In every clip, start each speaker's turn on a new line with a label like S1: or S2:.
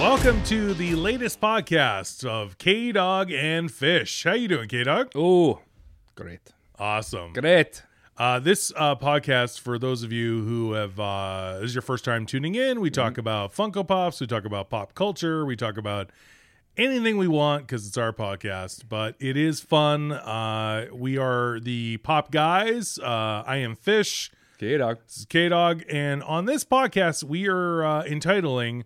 S1: Welcome to the latest podcast of K Dog and Fish. How you doing, K Dog?
S2: Oh, great.
S1: Awesome.
S2: Great.
S1: Uh, this uh, podcast, for those of you who have uh, this is your first time tuning in, we talk about Funko Pops, we talk about pop culture, we talk about anything we want because it's our podcast. But it is fun. Uh, we are the Pop Guys. Uh, I am Fish.
S2: Okay, dog.
S1: This is K Dog, and on this podcast, we are uh, entitling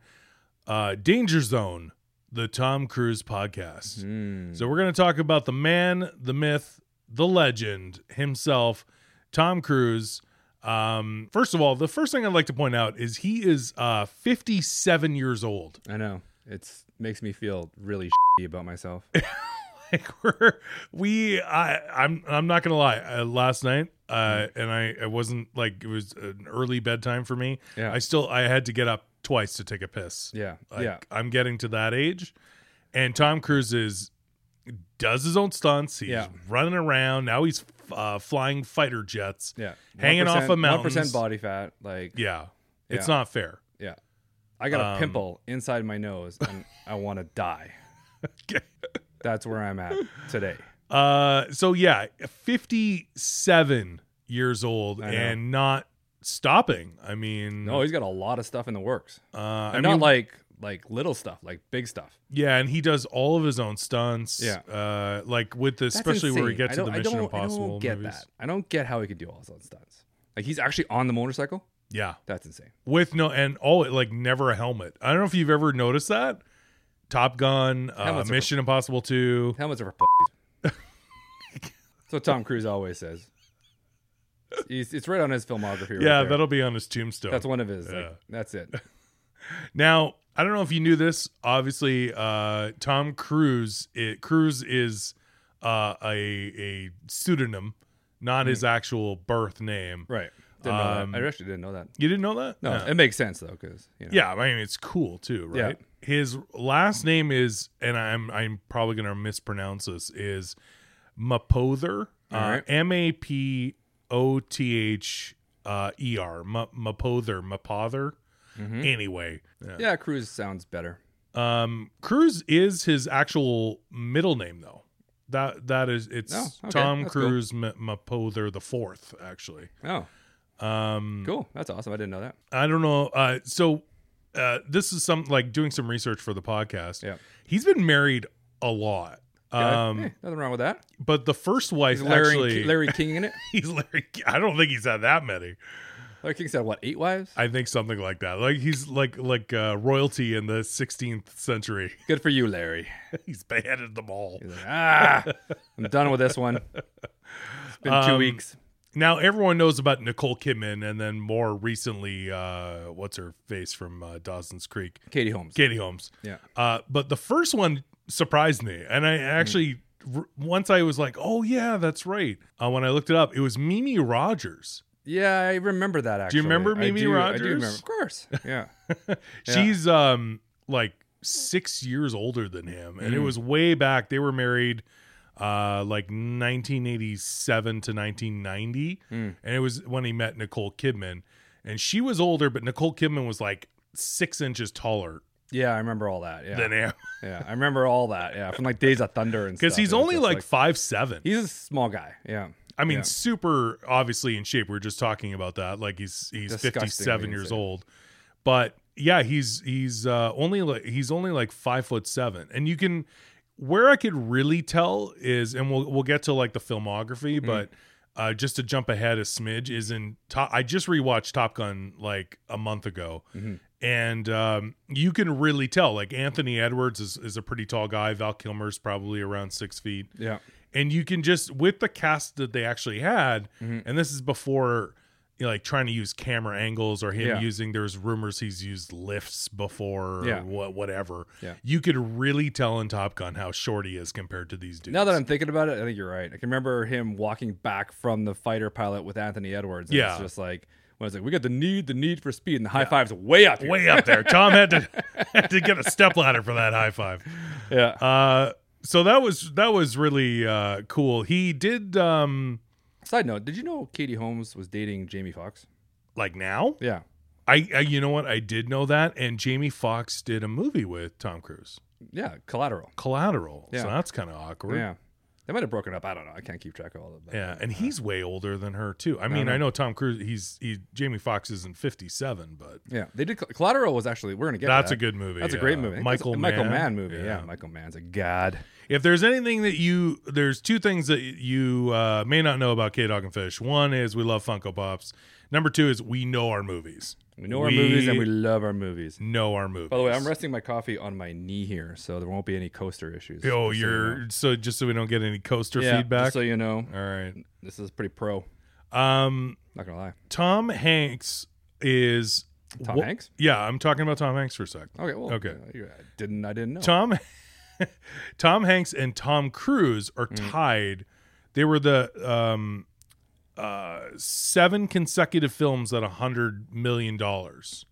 S1: uh, "Danger Zone: The Tom Cruise
S2: Mm-hmm.
S1: Podcast."
S2: Hmm.
S1: So we're going to talk about the man, the myth, the legend himself, Tom Cruise. Um, first of all, the first thing I'd like to point out is he is uh, 57 years old.
S2: I know. It's makes me feel really shitty about myself.
S1: like we're we I I'm I'm not gonna lie. Uh, last night, uh,
S2: Mm-hmm.
S1: and I I wasn't like it was an early bedtime for me.
S2: Yeah.
S1: I still I had to get up twice to take a piss.
S2: Yeah.
S1: Like,
S2: yeah.
S1: I'm getting to that age, and Tom Cruise is does his own stunts. He's
S2: Yeah.
S1: running around now. He's uh, flying fighter jets.
S2: Yeah.
S1: hanging off a
S2: One
S1: mountains.
S2: percent body fat. Like yeah.
S1: Yeah, it's
S2: Yeah.
S1: not fair.
S2: I got a
S1: Um,
S2: pimple inside my nose and I want to die.
S1: Okay.
S2: That's where I'm at today.
S1: Uh, so yeah, 57 years old
S2: I know.
S1: and not stopping. I mean,
S2: No, he's got a lot of stuff in the works.
S1: Uh, I
S2: And
S1: mean,
S2: not like like little stuff, like big stuff.
S1: yeah, and he does all of his own stunts.
S2: Yeah.
S1: uh, like with the,
S2: That's
S1: especially where he
S2: insane.
S1: gets
S2: I
S1: to
S2: don't-
S1: the
S2: I
S1: Mission
S2: don't-
S1: Impossible
S2: I don't get
S1: movies.
S2: that. I don't get how he could do all those stunts. Like he's actually on the motorcycle.
S1: Yeah,
S2: That's insane.
S1: with no and all like never a helmet. I don't know if you've ever noticed that. Top Gun, uh,
S2: Helmets are-
S1: Mission Impossible Two.
S2: Helmets are for pussies. so Tom Cruise always says. He's, it's right on his filmography. Right
S1: Yeah,
S2: there.
S1: that'll be on his tombstone.
S2: that's one of his. like,
S1: Yeah.
S2: that's it.
S1: Now, I don't know if you knew this. Obviously, uh, Tom Cruise. It, Cruise is uh, a a pseudonym, not his actual birth name.
S2: Hmm. Right. Didn't know
S1: Um,
S2: that. I actually didn't know that.
S1: You didn't know that?
S2: No, it makes sense though, because you know,
S1: Yeah, I mean it's cool too, right? His last name is, and I'm I'm probably gonna mispronounce this is Mapother,
S2: All
S1: uh,
S2: right.
S1: M A P O T H uh, E R, Ma- Mapother, Mapother.
S2: Mhm.
S1: Anyway, yeah.
S2: yeah, Cruise sounds better.
S1: um, Cruz is his actual middle name though. That that is it's
S2: Oh, okay,
S1: Tom
S2: that's cool.
S1: Cruise M- Mapother the fourth actually.
S2: Oh,
S1: Um,
S2: cool. That's awesome. I didn't know that.
S1: I don't know. Uh, so uh, this is some like doing some research for the podcast.
S2: Yeah.
S1: he's been married a lot.
S2: Yeah,
S1: Um,
S2: hey, nothing wrong with that.
S1: but the first wife
S2: Is Larry
S1: actually,
S2: Larry King in it?
S1: he's Larry. I don't think he's had that many.
S2: Larry King's had what eight wives?
S1: I think something like that. Like he's like like uh, royalty in the 16th century.
S2: Good for you, Larry.
S1: he's beheaded them all.
S2: He's like, ah, I'm done with this one. It's been two
S1: Um,
S2: weeks.
S1: Now everyone knows about Nicole Kidman, and then more recently, uh, what's her face from uh, Dawson's Creek,
S2: Katie Holmes.
S1: Katie Holmes.
S2: yeah. Mm-hmm.
S1: Uh, but the first one surprised me, and I actually r- once I was like, "Oh yeah, that's right." Uh, when I looked it up, it was Mimi Rogers.
S2: Yeah, I remember that.
S1: Do
S2: Actually,
S1: you remember
S2: I
S1: Mimi
S2: do- I
S1: Rogers?
S2: do remember, of course. Yeah, Yeah.
S1: She's um like six years older than him, and it
S2: Mm.
S1: was way back. They were married uh like 1987 to 1990
S2: Mm.
S1: and it was when he met nicole kidman and she was older but nicole kidman was like six inches taller
S2: yeah, I remember all that. Yeah,
S1: than him
S2: yeah, I remember all that. Yeah, from like Days of Thunder and stuff.
S1: because he's
S2: It was
S1: only
S2: just
S1: like five seven
S2: he's a small guy. Yeah,
S1: I mean,
S2: Yeah.
S1: super obviously in shape. We were just talking about that. Like he's he's
S2: Disgustingly
S1: 57 years
S2: insane.
S1: old, but yeah, he's he's uh, only like he's only like five foot seven, and you can where I could really tell is, and we'll we'll get to like the
S2: Mm-hmm.
S1: filmography, but. Uh, just to jump ahead a smidge is in top. I just rewatched Top Gun like a month ago,
S2: Mhm.
S1: and um, you can really tell. Like Anthony Edwards is, is a pretty tall guy. Val Kilmer's probably around six feet
S2: yeah,
S1: and you can just with the cast that they actually had
S2: Mhm.
S1: and this is before you know, like trying to use camera angles or him
S2: Yeah.
S1: using there's rumors he's used lifts before
S2: Yeah.
S1: or what, whatever
S2: Yeah.
S1: you could really tell in top gun how short he is compared to these dudes
S2: Now that I'm thinking about it, I think you're right. I can remember him walking back from the fighter pilot with Anthony Edwards. and
S1: Yeah.
S2: it's just like when it's like we got the need, the need for speed, and the high fives way up. Here.
S1: way up there tom had to had to get a stepladder for that high five
S2: Yeah,
S1: uh so that was that was really uh cool he did um
S2: Side note: Did you know Katie Holmes was dating Jamie Foxx?
S1: like now
S2: Yeah,
S1: I, I you know what? I did know that, and Jamie Foxx did a movie with Tom Cruise,
S2: Yeah, collateral.
S1: Collateral. So
S2: Yeah.
S1: that's kind of awkward.
S2: Yeah. They might have broken up. I don't know. I can't keep track of all of that.
S1: Yeah, and he's way older than her too. I mean,
S2: no.
S1: I know Tom Cruise. He's he Jamie Foxx isn't fifty seven, but
S2: Yeah, they did. Collateral was actually we're gonna get. to
S1: that's
S2: that.
S1: a good movie.
S2: That's a
S1: yeah.
S2: great movie. I think that's
S1: Michael
S2: a Michael
S1: Mann.
S2: Mann movie. Yeah.
S1: Yeah.
S2: Michael Mann's a god.
S1: If there's anything that you there's two things that you uh, may not know about K Dog and Fish. One is we love Funko Pops. Number two is we know our movies.
S2: We know our movies and we love our movies.
S1: know our movies.
S2: By the way, I'm resting my coffee on my knee here, so there won't be any coaster issues.
S1: Oh,
S2: Just so you know.
S1: you're so just so we don't get any coaster
S2: yeah,
S1: feedback.
S2: just so you know,
S1: All right.
S2: this is pretty pro.
S1: Um,
S2: Not gonna lie.
S1: Tom Hanks is
S2: Tom
S1: Wha-
S2: Hanks.
S1: Yeah, I'm talking about Tom Hanks for a sec.
S2: Okay. Well.
S1: Okay.
S2: uh, I didn't I didn't know.
S1: Tom Tom Hanks and Tom Cruise are
S2: Mm.
S1: tied. They were the um uh seven consecutive films at a hundred million dollars.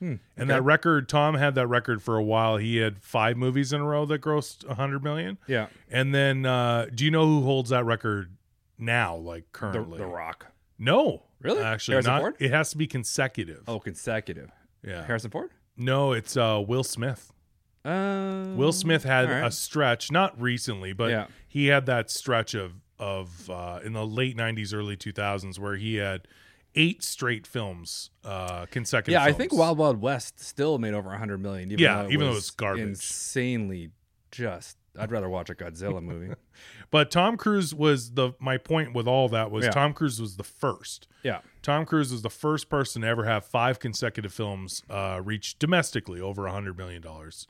S1: And that
S2: Hmm, okay.
S1: record, Tom had that record for a while. He had five movies in a row that grossed a hundred million.
S2: yeah.
S1: And then, uh, do you know who holds that record now, like
S2: The,
S1: currently?
S2: the Rock.
S1: no,
S2: Really?
S1: actually,
S2: Harrison
S1: not.
S2: Ford?
S1: It has to be consecutive.
S2: Oh, consecutive.
S1: yeah.
S2: Harrison Ford.
S1: no, it's uh, Will Smith.
S2: Uh,
S1: Will Smith had
S2: all right.
S1: a stretch, not recently, but
S2: Yeah.
S1: he had that stretch of of uh, in the late '90s, early 2000s, where he had eight straight films uh, consecutive.
S2: Yeah, I think
S1: films.
S2: Wild Wild West still made over 100 million. Even
S1: Yeah,
S2: though it
S1: even though
S2: was
S1: it's garbage.
S2: Insanely just. I'd rather watch a Godzilla movie.
S1: But Tom Cruise was the my point with all that was
S2: Yeah.
S1: Tom Cruise was the first.
S2: yeah.
S1: Tom Cruise was the first person to ever have five consecutive films uh, reach domestically over $100 million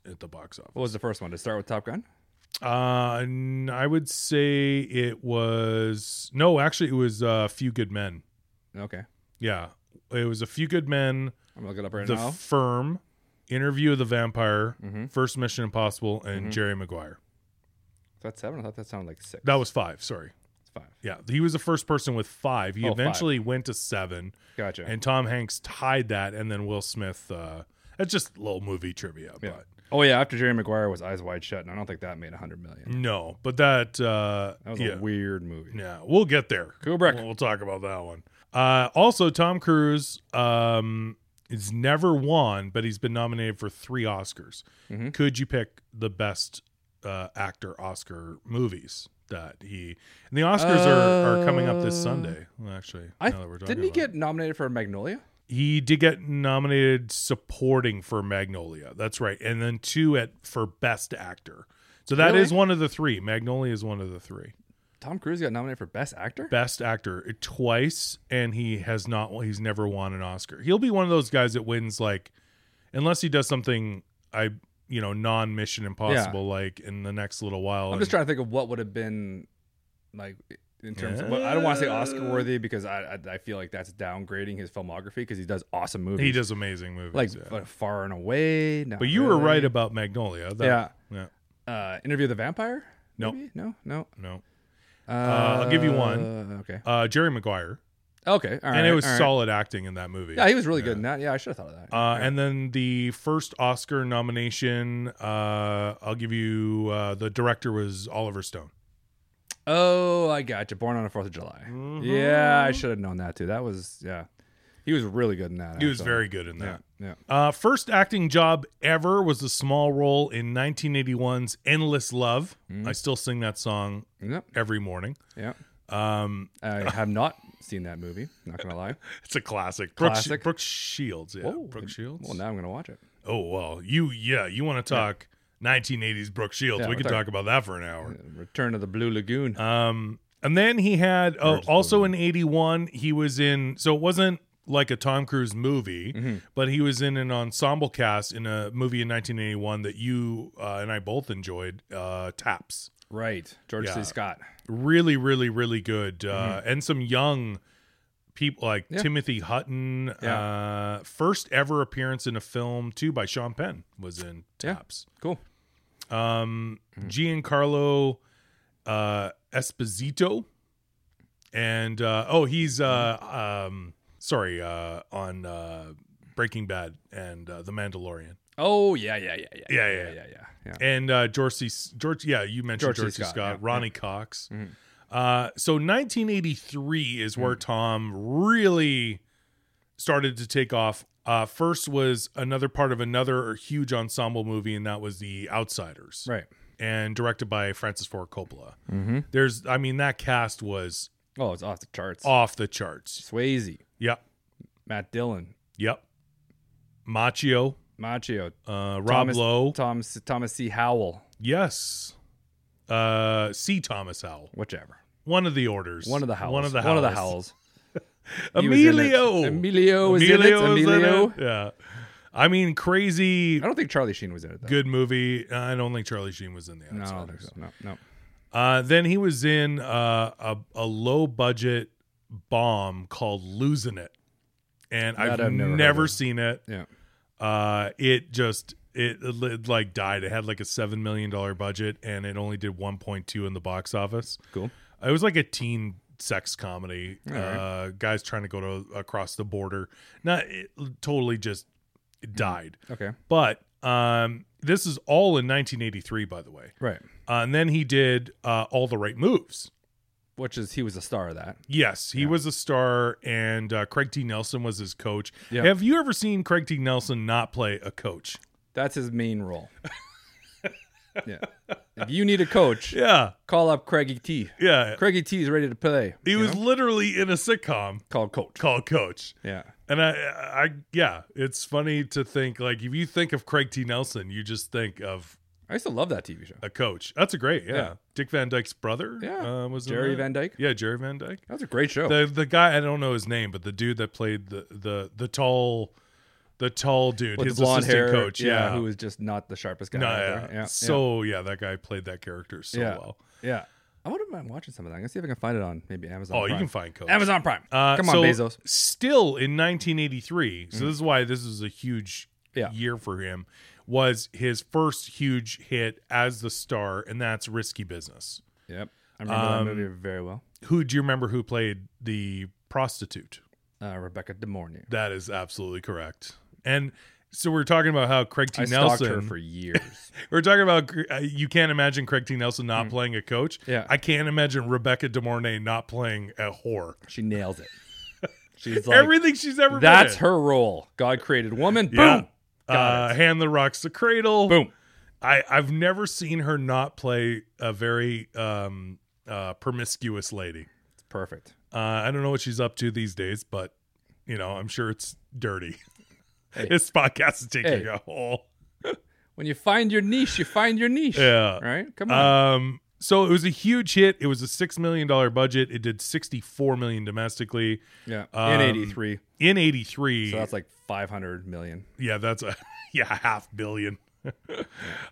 S1: at the box office.
S2: What was the first one? To start with Top Gun?
S1: Uh, n- I would say it was. No, actually, it was uh, Few Good Men.
S2: Okay.
S1: Yeah. It was A Few Good Men,
S2: I'm going to look it up right
S1: The
S2: now.
S1: Firm, Interview of the Vampire,
S2: Mhm.
S1: First Mission Impossible, and
S2: Mhm.
S1: Jerry Maguire.
S2: that's seven? I thought that sounded like six.
S1: That was five, sorry.
S2: It's five.
S1: Yeah. He was the first person with five. He
S2: Oh, five.
S1: eventually went to seven.
S2: Gotcha.
S1: and Tom Hanks tied that, and then Will Smith. Uh, that's just little movie trivia,
S2: Yeah.
S1: but
S2: oh, yeah. After Jerry Maguire was Eyes Wide Shut, and I don't think that made 100 million.
S1: no, but that uh,
S2: That was
S1: yeah,
S2: a weird movie.
S1: yeah, we'll get there.
S2: Kubrick.
S1: We'll, we'll talk about that one. Uh, also, Tom Cruise um, is never won, but he's been nominated for three Oscars.
S2: Mhm.
S1: Could you pick the best uh, actor Oscar movies? That he and the Oscars are, are coming up this
S2: Uh,
S1: Sunday. Well, actually,
S2: I,
S1: now that we're talking
S2: didn't he
S1: about it.
S2: get nominated for Magnolia?
S1: he did get nominated supporting for Magnolia. That's right, and then two at for Best Actor. So that is
S2: Really?
S1: one of the three. Magnolia is one of the three.
S2: Tom Cruise got nominated for Best Actor?
S1: Best Actor twice, and he has not. He's never won an Oscar. He'll be one of those guys that wins like, unless he does something I you know non Mission Impossible like in the next little while.
S2: I'm
S1: and-
S2: just trying to think of what would have been like in terms of what I don't want to say Oscar worthy because I, I I feel like that's downgrading his filmography because he does awesome movies.
S1: He does amazing movies.
S2: like
S1: yeah.
S2: but Far and Away. not
S1: but you were
S2: really.
S1: right about Magnolia. That-
S2: yeah.
S1: Yeah.
S2: Uh, Interview with the Vampire.
S1: No.
S2: Maybe? no, no.
S1: No.
S2: Uh,
S1: I'll give you one.
S2: Okay.
S1: Uh, Jerry Maguire,
S2: Okay. All right.
S1: and it was
S2: all right.
S1: solid acting in that movie.
S2: Yeah, he was really
S1: Yeah.
S2: good in that. Yeah, I should have thought of that.
S1: Uh, and then the first Oscar nomination, uh, I'll give you uh, the director was Oliver Stone.
S2: oh, I got you. Born on the Fourth of July.
S1: Mm-hmm.
S2: Yeah, I should have known that too. That was yeah. He was really good in that.
S1: He was
S2: actually.
S1: very good in
S2: yeah.
S1: that.
S2: Yeah.
S1: Uh, first acting job ever was a small role in 1981's Endless Love. I still sing that song
S2: Yep.
S1: every morning.
S2: Mm. Yeah.
S1: Um,
S2: I have not seen that movie. Not gonna lie.
S1: it's a classic. Brooke,
S2: Classic.
S1: Brooke Shields. Yeah.
S2: Whoa.
S1: Brooke Shields.
S2: Well, now I'm gonna watch it.
S1: Oh, well. You, yeah, you want to talk 1980s Brooke Shields.
S2: Yeah,
S1: we
S2: we're
S1: can
S2: talking-
S1: talk about that for an hour.
S2: Return of the Blue Lagoon.
S1: Um, and then he had oh, also in '81 he was in. So it wasn't like a Tom Cruise movie,
S2: Mm-hmm.
S1: but he was in an ensemble cast in a movie in 1981 that you uh, and I both enjoyed. Uh, Taps,
S2: right, George
S1: yeah.
S2: C. Scott.
S1: really, really, really good, uh, and some young people like
S2: Mm-hmm. Yeah.
S1: Timothy Hutton.
S2: Yeah.
S1: Uh, first ever appearance in a film too by Sean Penn was in
S2: Yeah.
S1: Taps.
S2: Cool.
S1: um,
S2: Mm.
S1: Giancarlo uh, Esposito, and uh, oh, he's uh, um, sorry uh, on uh, Breaking Bad and uh, The Mandalorian,
S2: Oh yeah, yeah, yeah, yeah,
S1: Yeah, yeah.
S2: yeah, yeah, yeah. yeah.
S1: and uh, George C. George. Yeah, you mentioned
S2: George C.
S1: George C. Scott,
S2: Scott, yeah, Mm-hmm.
S1: Ronnie Cox. Uh, so
S2: Mm.
S1: 1983 is where Tom really started to take off Uh, first was another part of another huge ensemble movie, and that was The Outsiders,
S2: Right.
S1: and directed by Francis Ford Coppola.
S2: Mm-hmm.
S1: There's, I mean, that cast was
S2: Oh, it's off the charts.
S1: off the charts.
S2: Swayze,
S1: Yep,
S2: Matt Dillon,
S1: yep. Machio,
S2: Machio,
S1: uh, Rob
S2: Thomas-
S1: Lowe,
S2: Tom Thomas C. Howell,
S1: yes. Uh, C. Thomas Howell,
S2: whichever.
S1: one of the orders,
S2: One of the Howells.
S1: one of the Howells,
S2: One of the Howells. He was in it.
S1: Emilio,
S2: Emilio was in it.
S1: was in
S2: Emilio.
S1: it. Yeah, I mean, crazy.
S2: I don't think Charlie Sheen was in it. Though.
S1: Good movie. I don't think Charlie Sheen was in the
S2: No, I don't
S1: Outsiders.
S2: think so. No, no.
S1: Uh, then he was in uh, a, a low budget bomb called Losing It. And
S2: That
S1: I've,
S2: I've never
S1: never,
S2: heard of.
S1: seen it.
S2: Yeah.
S1: Uh, it just it, it like died. It had like a seven million dollar budget, and it only did one point two in the box office.
S2: Cool.
S1: It was like a teen sex comedy.
S2: All right.
S1: Uh, guys trying to go to across the border. Not it totally just it died.
S2: Okay.
S1: But um, this is all in 1983, by the way.
S2: Right.
S1: Uh, and then he did uh, all the right moves.
S2: Which is he was a star of that.
S1: Yes, he was a star, and uh, Craig T. Nelson was his coach.
S2: Yeah.
S1: Have you ever seen Craig T. Nelson not play a coach?
S2: That's his main role. yeah. If you need a coach,
S1: Yeah,
S2: call up Craigie T.
S1: yeah.
S2: Craigie T is ready to play.
S1: He
S2: you
S1: was
S2: know?
S1: literally in a sitcom
S2: called coach.
S1: called Coach,
S2: Yeah.
S1: and I, I, yeah, it's funny to think like if you think of Craig T. Nelson, you just think of
S2: I used to love that TV show.
S1: a coach. That's a great, yeah.
S2: Yeah.
S1: Dick Van Dyke's brother,
S2: Yeah.
S1: uh, was in
S2: Jerry
S1: that.
S2: Van Dyke. Oh.
S1: yeah, Jerry Van Dyke.
S2: That was a great show.
S1: the the guy I don't know his name, but the dude that played the the the tall the tall dude,
S2: With
S1: his
S2: the blonde
S1: assistant
S2: hair
S1: coach, yeah,
S2: who was just not the sharpest guy.
S1: no,
S2: either.
S1: yeah.
S2: yeah.
S1: so yeah. that guy played that character so
S2: Yeah.
S1: well.
S2: yeah. yeah. I wouldn't mind watching some of that. I'm gonna see if I can find it on maybe Amazon.
S1: Oh,
S2: Prime.
S1: you can find coach.
S2: Amazon Prime.
S1: Uh,
S2: Come on,
S1: so
S2: Bezos. Mm.
S1: Still in 1983, so this is why this is a huge
S2: Yeah.
S1: year for him. Was his first huge hit as the star, and that's Risky Business.
S2: Yep. I remember
S1: Um,
S2: that movie very well.
S1: Who do you remember who played the prostitute?
S2: Uh, Rebecca De Mornay.
S1: That is absolutely correct. And so we're talking about how Craig T.
S2: I
S1: Nelson
S2: stalked her for years. Mm.
S1: We're talking about uh, you can't imagine Craig T. Nelson not playing a coach.
S2: Yeah.
S1: I can't imagine Rebecca De Mornay not playing a whore.
S2: she nails it. She's like
S1: Everything she's ever been
S2: that's
S1: in.
S2: her role. God created woman.
S1: Yeah.
S2: Boom. Got
S1: Uh, hand that rocks the cradle.
S2: Boom.
S1: I I've never seen her not play a very um uh promiscuous lady.
S2: It's perfect.
S1: Uh, I don't know what she's up to these days, but you know I'm sure it's dirty.
S2: Hey.
S1: this podcast is taking
S2: Hey.
S1: a whole
S2: When you find your niche, you find your niche.
S1: yeah.
S2: Right? Come on.
S1: Um, so it was a huge hit. It was a six million dollar budget. It did sixty four million domestically
S2: yeah.
S1: um,
S2: In eighty three.
S1: in eighty three.
S2: So that's like five hundred million.
S1: yeah, that's a yeah half billion.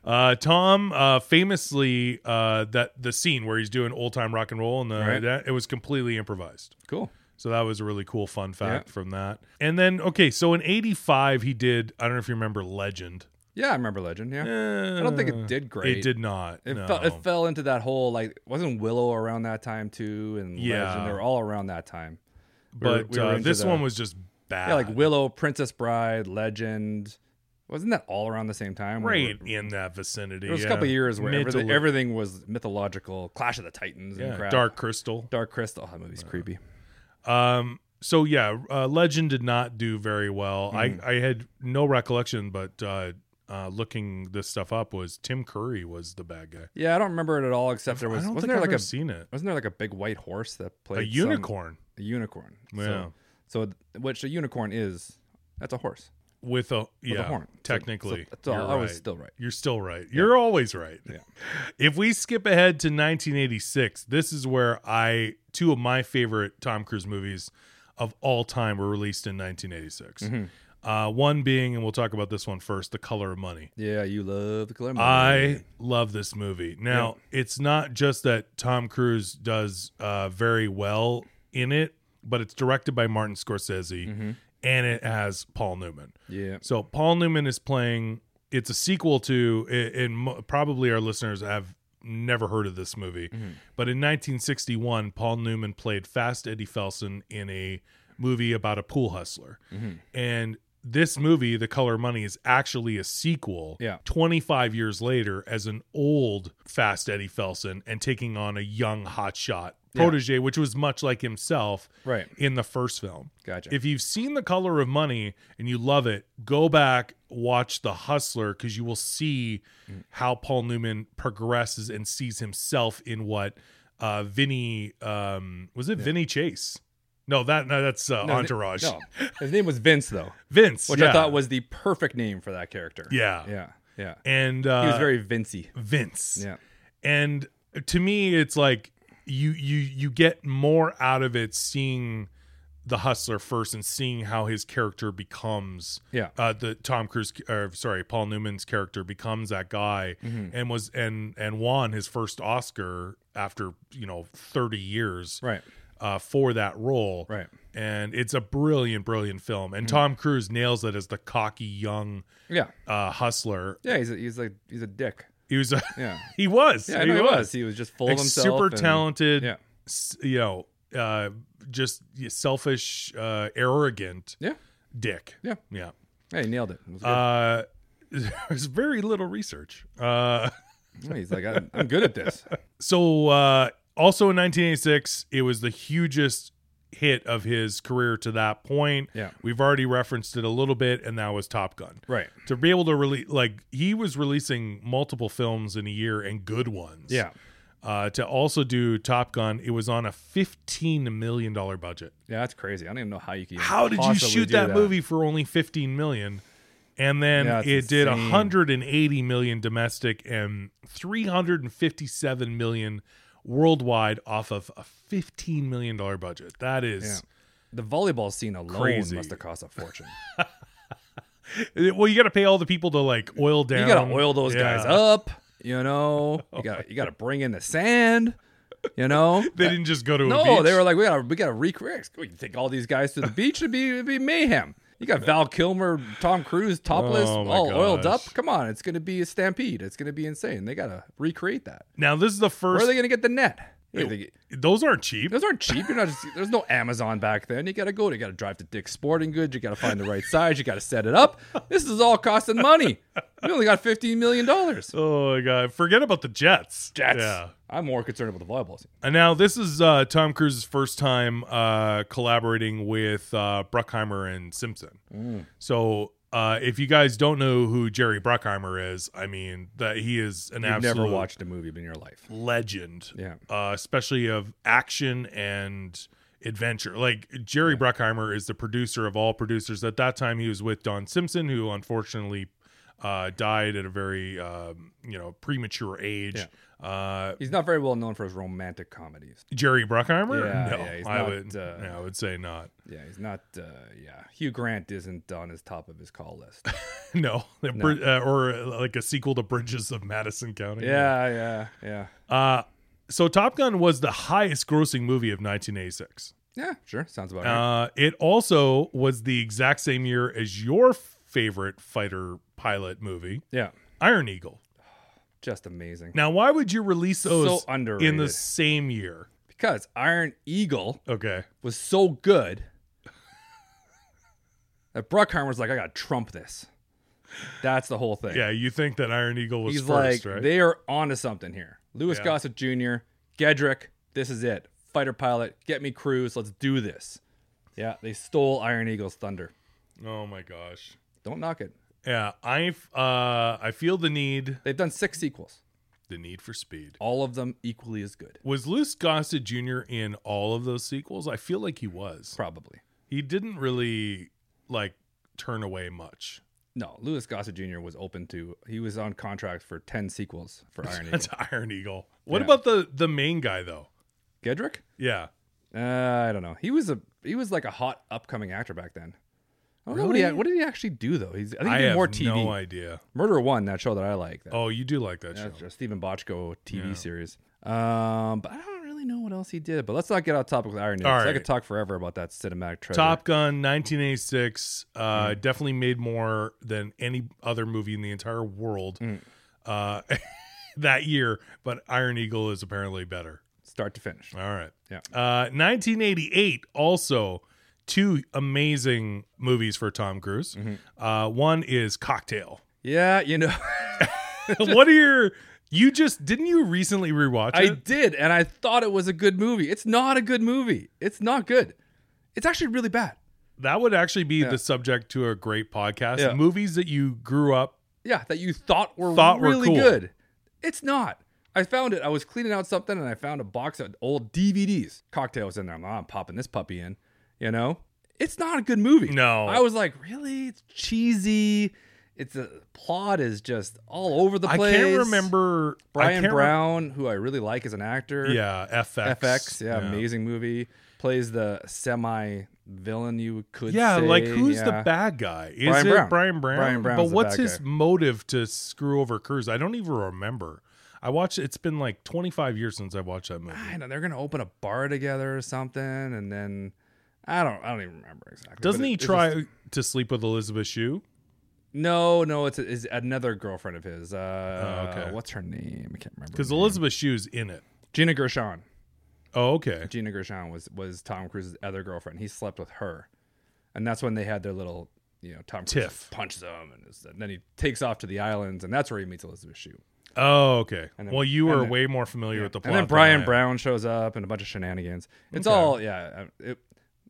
S1: uh, Tom uh, famously uh, that the scene where he's doing old time rock and roll and the,
S2: Right.
S1: that, it was completely improvised.
S2: Cool.
S1: So that was a really cool fun fact from that. And then okay, so in eighty five he did. I don't know if you remember Legend. Eh,
S2: Yeah, I remember Legend. Yeah. I don't think it did great.
S1: It did not.
S2: It,
S1: no.
S2: fell, it fell into that whole like wasn't Willow around that time too, and
S1: Yeah.
S2: Legend, they were all around that time. We were-
S1: but
S2: we were
S1: uh,
S2: into
S1: this
S2: the-
S1: one was just bad.
S2: yeah, like Willow, Princess Bride, Legend, wasn't that all around the same time? We
S1: right
S2: were-
S1: in that vicinity.
S2: there was
S1: yeah.
S2: a couple years where
S1: Mid to
S2: everything,
S1: late-
S2: everything was mythological, Clash of the Titans, and
S1: yeah,
S2: crap.
S1: Dark Crystal.
S2: Dark Crystal. Oh, that movie's creepy.
S1: Um, so yeah, uh, Legend did not do very well.
S2: Mm-hmm.
S1: I I had no recollection, but uh, uh, looking this stuff up was Tim Curry was the bad guy.
S2: Yeah, I don't remember it at all. Except there was
S1: I don't
S2: wasn't
S1: think
S2: there
S1: I've
S2: like
S1: ever
S2: a
S1: seen it.
S2: wasn't there like a big white horse that
S1: A
S2: played some-
S1: unicorn
S2: a unicorn.
S1: Yeah.
S2: So, so which a unicorn is that's a horse.
S1: with a yeah,
S2: horn. So-
S1: technically.
S2: so- so
S1: you're
S2: I was
S1: right.
S2: still right.
S1: You're still right. You're always right.
S2: Yeah.
S1: If we skip ahead to 1986, this is where I two of my favorite Tom Cruise movies of all time were released in 1986. Uh, one being, and we'll talk about this one first, The Color of Money.
S2: Yeah, you love the color.
S1: I love this movie. Now, it's not just that Tom Cruise does uh, very well in it, but it's directed by Martin Scorsese
S2: Mm-hmm.
S1: and it has Paul Newman.
S2: Yeah.
S1: So Paul Newman is playing. It's a sequel to, a- and mo- probably our listeners have never heard of this movie,
S2: Mm-hmm.
S1: but in 1961, Paul Newman played Fast Eddie Felsen in a movie about a pool hustler,
S2: Mm-hmm.
S1: and this movie, The Color of Money, is actually a sequel.
S2: Yeah.
S1: 25 years later, as an old Fast Eddie Felsen and taking on a young hotshot
S2: Yeah.
S1: protege, which was much like himself
S2: Right.
S1: in the first film.
S2: Gotcha.
S1: If you've seen The Color of Money and you love it, go back, watch The Hustler, because you will see how Paul Newman progresses and sees himself in what uh, Vinny um, was it Vinny Chase? No, that no, that's uh,
S2: No, his na-
S1: Entourage.
S2: No, his name was Vince though,
S1: Vince,
S2: which
S1: yeah.
S2: I thought was the perfect name for that character.
S1: yeah,
S2: Yeah. Yeah.
S1: and uh,
S2: He was very Vincey.
S1: Vince.
S2: Yeah.
S1: and to me it's like you you you get more out of it seeing the hustler first and seeing how his character becomes
S2: Yeah.
S1: uh the tom cruise or sorry paul newman's character becomes that guy
S2: Mm-hmm.
S1: and was and and won his first oscar after you know 30 years
S2: Right.
S1: uh for that role
S2: Right. Mm-hmm.
S1: and it's a brilliant brilliant film and tom cruise nails it as the cocky young
S2: Yeah.
S1: uh hustler
S2: Yeah. He's a, he's like he's a dick.
S1: he was a,
S2: Yeah.
S1: he was
S2: Yeah. I
S1: he
S2: know he
S1: was,
S2: was. He was just full of
S1: Like,
S2: himself.
S1: super
S2: and-
S1: talented
S2: Yeah.
S1: s- you know, uh, just selfish, uh, arrogant
S2: Yeah.
S1: dick.
S2: Yeah.
S1: Yeah.
S2: Yeah. He nailed it. It was good.
S1: Uh, there's very little research. Uh,
S2: Yeah, he's like I'm, I'm good at this.
S1: so, uh, also in 1986, it was the hugest hit of his career to that point.
S2: Yeah.
S1: We've already referenced it a little bit, and that was Top Gun.
S2: Right.
S1: To be able to release, like, he was releasing multiple films in a year and good ones.
S2: Yeah.
S1: Uh, to also do Top Gun, it was on a $15 million budget.
S2: Yeah. That's crazy. I don't even know how you can. even
S1: how did you
S2: possibly
S1: shoot
S2: do
S1: that, movie for only 15 million and then
S2: Yeah,
S1: it
S2: it's
S1: did
S2: insane.
S1: 180 million domestic and 357 million worldwide off of a 15 million dollar budget that is
S2: The volleyball scene alone
S1: Crazy.
S2: must have cost a fortune.
S1: well you got to pay all the people to like oil down
S2: You gotta oil those guys
S1: Yeah.
S2: up. You know. You got to you got to bring in the sand. You know.
S1: they didn't just go to a
S2: No,
S1: beach
S2: they were like, we gotta, we gotta recreate. We can take all these guys to the beach. It'd be, it'd be mayhem. You got Val Kilmer, Tom Cruise, topless,
S1: Oh, my
S2: all oiled up.
S1: gosh.
S2: Come on, it's gonna be a stampede. It's gonna be insane. They gotta recreate that.
S1: now this is the
S2: Where
S1: first
S2: are they gonna get the net? Wait, they get-
S1: those aren't cheap
S2: those aren't cheap. You're not just, there's no Amazon back then. You gotta go. You gotta drive to Dick's Sporting Goods. You gotta find the right size. You gotta set it up. This is all costing money. We only got fifteen million dollars.
S1: oh my god forget about the jets
S2: Jets.
S1: yeah
S2: I'm more concerned about the volleyball scene.
S1: And now this is uh, Tom Cruise's first time uh, collaborating with uh, Bruckheimer and Simpson.
S2: Mm.
S1: So uh, if you guys don't know who Jerry Bruckheimer is, I mean that he is an
S2: You've
S1: absolute
S2: never watched a movie in your life.
S1: legend,
S2: Yeah.
S1: uh, especially of action and adventure. Like Jerry Bruckheimer is the producer of all producers. At that time, he was with Don Simpson, who unfortunately uh, died at a very um, you know premature age. Uh,
S2: He's not very well known for his romantic comedies.
S1: Jerry Bruckheimer?
S2: Yeah,
S1: no,
S2: yeah, he's
S1: I
S2: not,
S1: would.
S2: uh,
S1: yeah, I would say not.
S2: Yeah, he's not. Uh, yeah, Hugh Grant isn't on his top of his call list.
S1: no, The Brid- uh, or uh, like a sequel to Bridges of Madison County.
S2: yeah, yeah, yeah,
S1: Uh, so Top Gun was the highest-grossing movie of 1986.
S2: yeah. Sure, sounds about right.
S1: Uh, it also was the exact same year as your favorite fighter pilot movie,
S2: Yeah,
S1: Iron Eagle.
S2: just amazing.
S1: Now, why would you release those
S2: so underrated
S1: in the same year?
S2: because Iron Eagle
S1: Okay.
S2: was so good that Bruckheimer was like, I gotta trump this. That's the whole thing.
S1: Yeah, you think that Iron Eagle was
S2: he's
S1: first,
S2: like,
S1: right?
S2: they are onto something here. Lewis
S1: Yeah.
S2: Gossett Jr., Gedrick, this is it. Fighter pilot, get me Cruz. Let's do this. Yeah, they stole Iron Eagle's thunder.
S1: oh my gosh.
S2: Don't knock it.
S1: Yeah, I uh I feel the need
S2: They've done six sequels.
S1: the need for speed.
S2: all of them equally as good.
S1: Was Luce Gossett Jr. in all of those sequels? I feel like he was.
S2: Probably.
S1: He didn't really like turn away much.
S2: No, Louis Gossett Jr. was open to. He was on contract for ten sequels for Iron Eagle.
S1: That's Iron Eagle. What
S2: Yeah.
S1: about the the main guy though?
S2: Gedrick?
S1: Yeah.
S2: Uh, I don't know. He was a he was like a hot upcoming actor back then. I don't know what he
S1: Really?
S2: what did he actually do though. He's I think he
S1: I
S2: did
S1: have
S2: more TV.
S1: no idea.
S2: Murder One, that show that I like. That,
S1: Oh, you do like that
S2: that's
S1: show.
S2: a Stephen Bochco TV series. Um, but I don't really know what else he did. But let's not get off topic with Iron Eagle.
S1: All
S2: 'cause I
S1: right.
S2: could talk forever about that cinematic treasure.
S1: Top Gun 1986 uh
S2: Mm.
S1: definitely made more than any other movie in the entire world.
S2: Mm.
S1: Uh that year, but Iron Eagle is apparently better.
S2: start to finish.
S1: All right.
S2: Yeah.
S1: Uh, 1988, also two amazing movies for Tom Cruise.
S2: Mm-hmm.
S1: Uh, one is Cocktail.
S2: Yeah, you know.
S1: what are your You just didn't you recently rewatch
S2: I
S1: it?
S2: did, and I thought it was a good movie. It's not a good movie. It's not good. It's actually really bad.
S1: that would actually be
S2: Yeah.
S1: the subject to a great podcast.
S2: Yeah.
S1: Movies that you grew up.
S2: Yeah, that you thought were
S1: Thought were
S2: really
S1: cool.
S2: good. It's not. I found it. I was cleaning out something and I found a box of old DVDs. Cocktails in there. I'm, like, "Oh, I'm popping this puppy in. You know, it's not a good movie.
S1: No.
S2: I was like, really? It's cheesy. It's a plot is just all over the
S1: I
S2: place.
S1: can't remember I
S2: Brian
S1: can't re-
S2: Brown, who I really like as an actor.
S1: yeah, FX.
S2: FX, yeah, amazing movie. Plays the semi villain you could
S1: Yeah,
S2: say,
S1: like who's
S2: yeah.
S1: the bad guy? Is
S2: Brian
S1: it
S2: Brown.
S1: Brian Brown?
S2: Brian Brown's
S1: but
S2: the
S1: what's
S2: bad
S1: his
S2: guy.
S1: motive to screw over Cruz? I don't even remember. I watched. It's been like 25 years since I watched that movie.
S2: I know they're gonna open a bar together or something, and then I don't I don't even remember exactly. but
S1: Doesn't
S2: it-
S1: he
S2: it's
S1: try
S2: just-
S1: to sleep with Elizabeth Shue?
S2: no, no, it's, it's another girlfriend of his. Uh,
S1: Oh, okay.
S2: What's her name? I can't remember.
S1: Because
S2: her name.
S1: Elizabeth Shue's in it.
S2: Gina Gershon.
S1: Oh, okay.
S2: Gina Gershon was was Tom Cruise's other girlfriend. He slept with her, and that's when they had their little you know Tom Cruise
S1: Tiff.
S2: punches him, and, it's- and then he takes off to the islands, and that's where he meets Elizabeth Shue.
S1: Oh, okay.
S2: And then-
S1: well, you were
S2: and then-
S1: way more familiar with the plot.
S2: and then
S1: than I
S2: Brian
S1: am.
S2: Brown shows up and a bunch of shenanigans. It's
S1: Okay.
S2: all yeah, uh, it,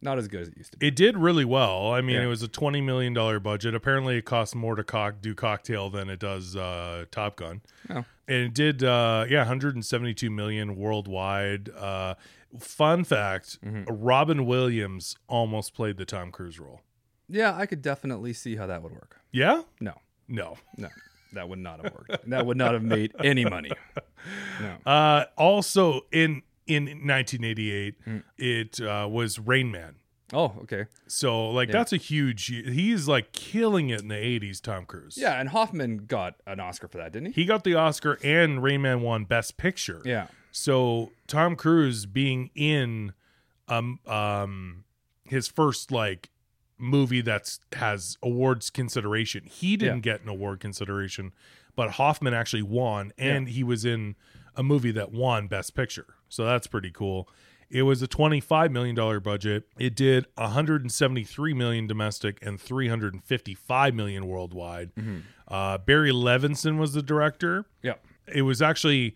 S2: not as good as it used to be.
S1: It did really well. I mean,
S2: Yeah.
S1: it was a twenty million dollar budget. Apparently, it costs more to cock, do cocktail than it does uh, Top Gun.
S2: Oh.
S1: And it did, uh, yeah, one hundred and seventy two million worldwide. Uh, fun fact:
S2: Mm-hmm.
S1: Robin Williams almost played the Tom Cruise role.
S2: Yeah, I could definitely see how that would work.
S1: Yeah,
S2: No,
S1: no.
S2: no, that would not have worked. that would not have made any money. No.
S1: Uh, also in in nineteen eighty eight,
S2: Mm.
S1: it uh, was Rain Man.
S2: Oh, okay.
S1: So like
S2: Yeah.
S1: that's a huge. He's like killing it in the eighties. Tom Cruise.
S2: Yeah, and Hoffman got an Oscar for that, didn't he?
S1: He got the Oscar and Rain Man won Best Picture.
S2: Yeah.
S1: So Tom Cruise being in um um his first like movie that's has awards consideration. He didn't get an award consideration, but Hoffman actually won and he was in a movie that won Best Picture. So that's pretty cool. It was a $25 million budget. It did 173 million domestic and 355 million worldwide. Uh, Barry Levinson was the director
S2: Yep.
S1: it was actually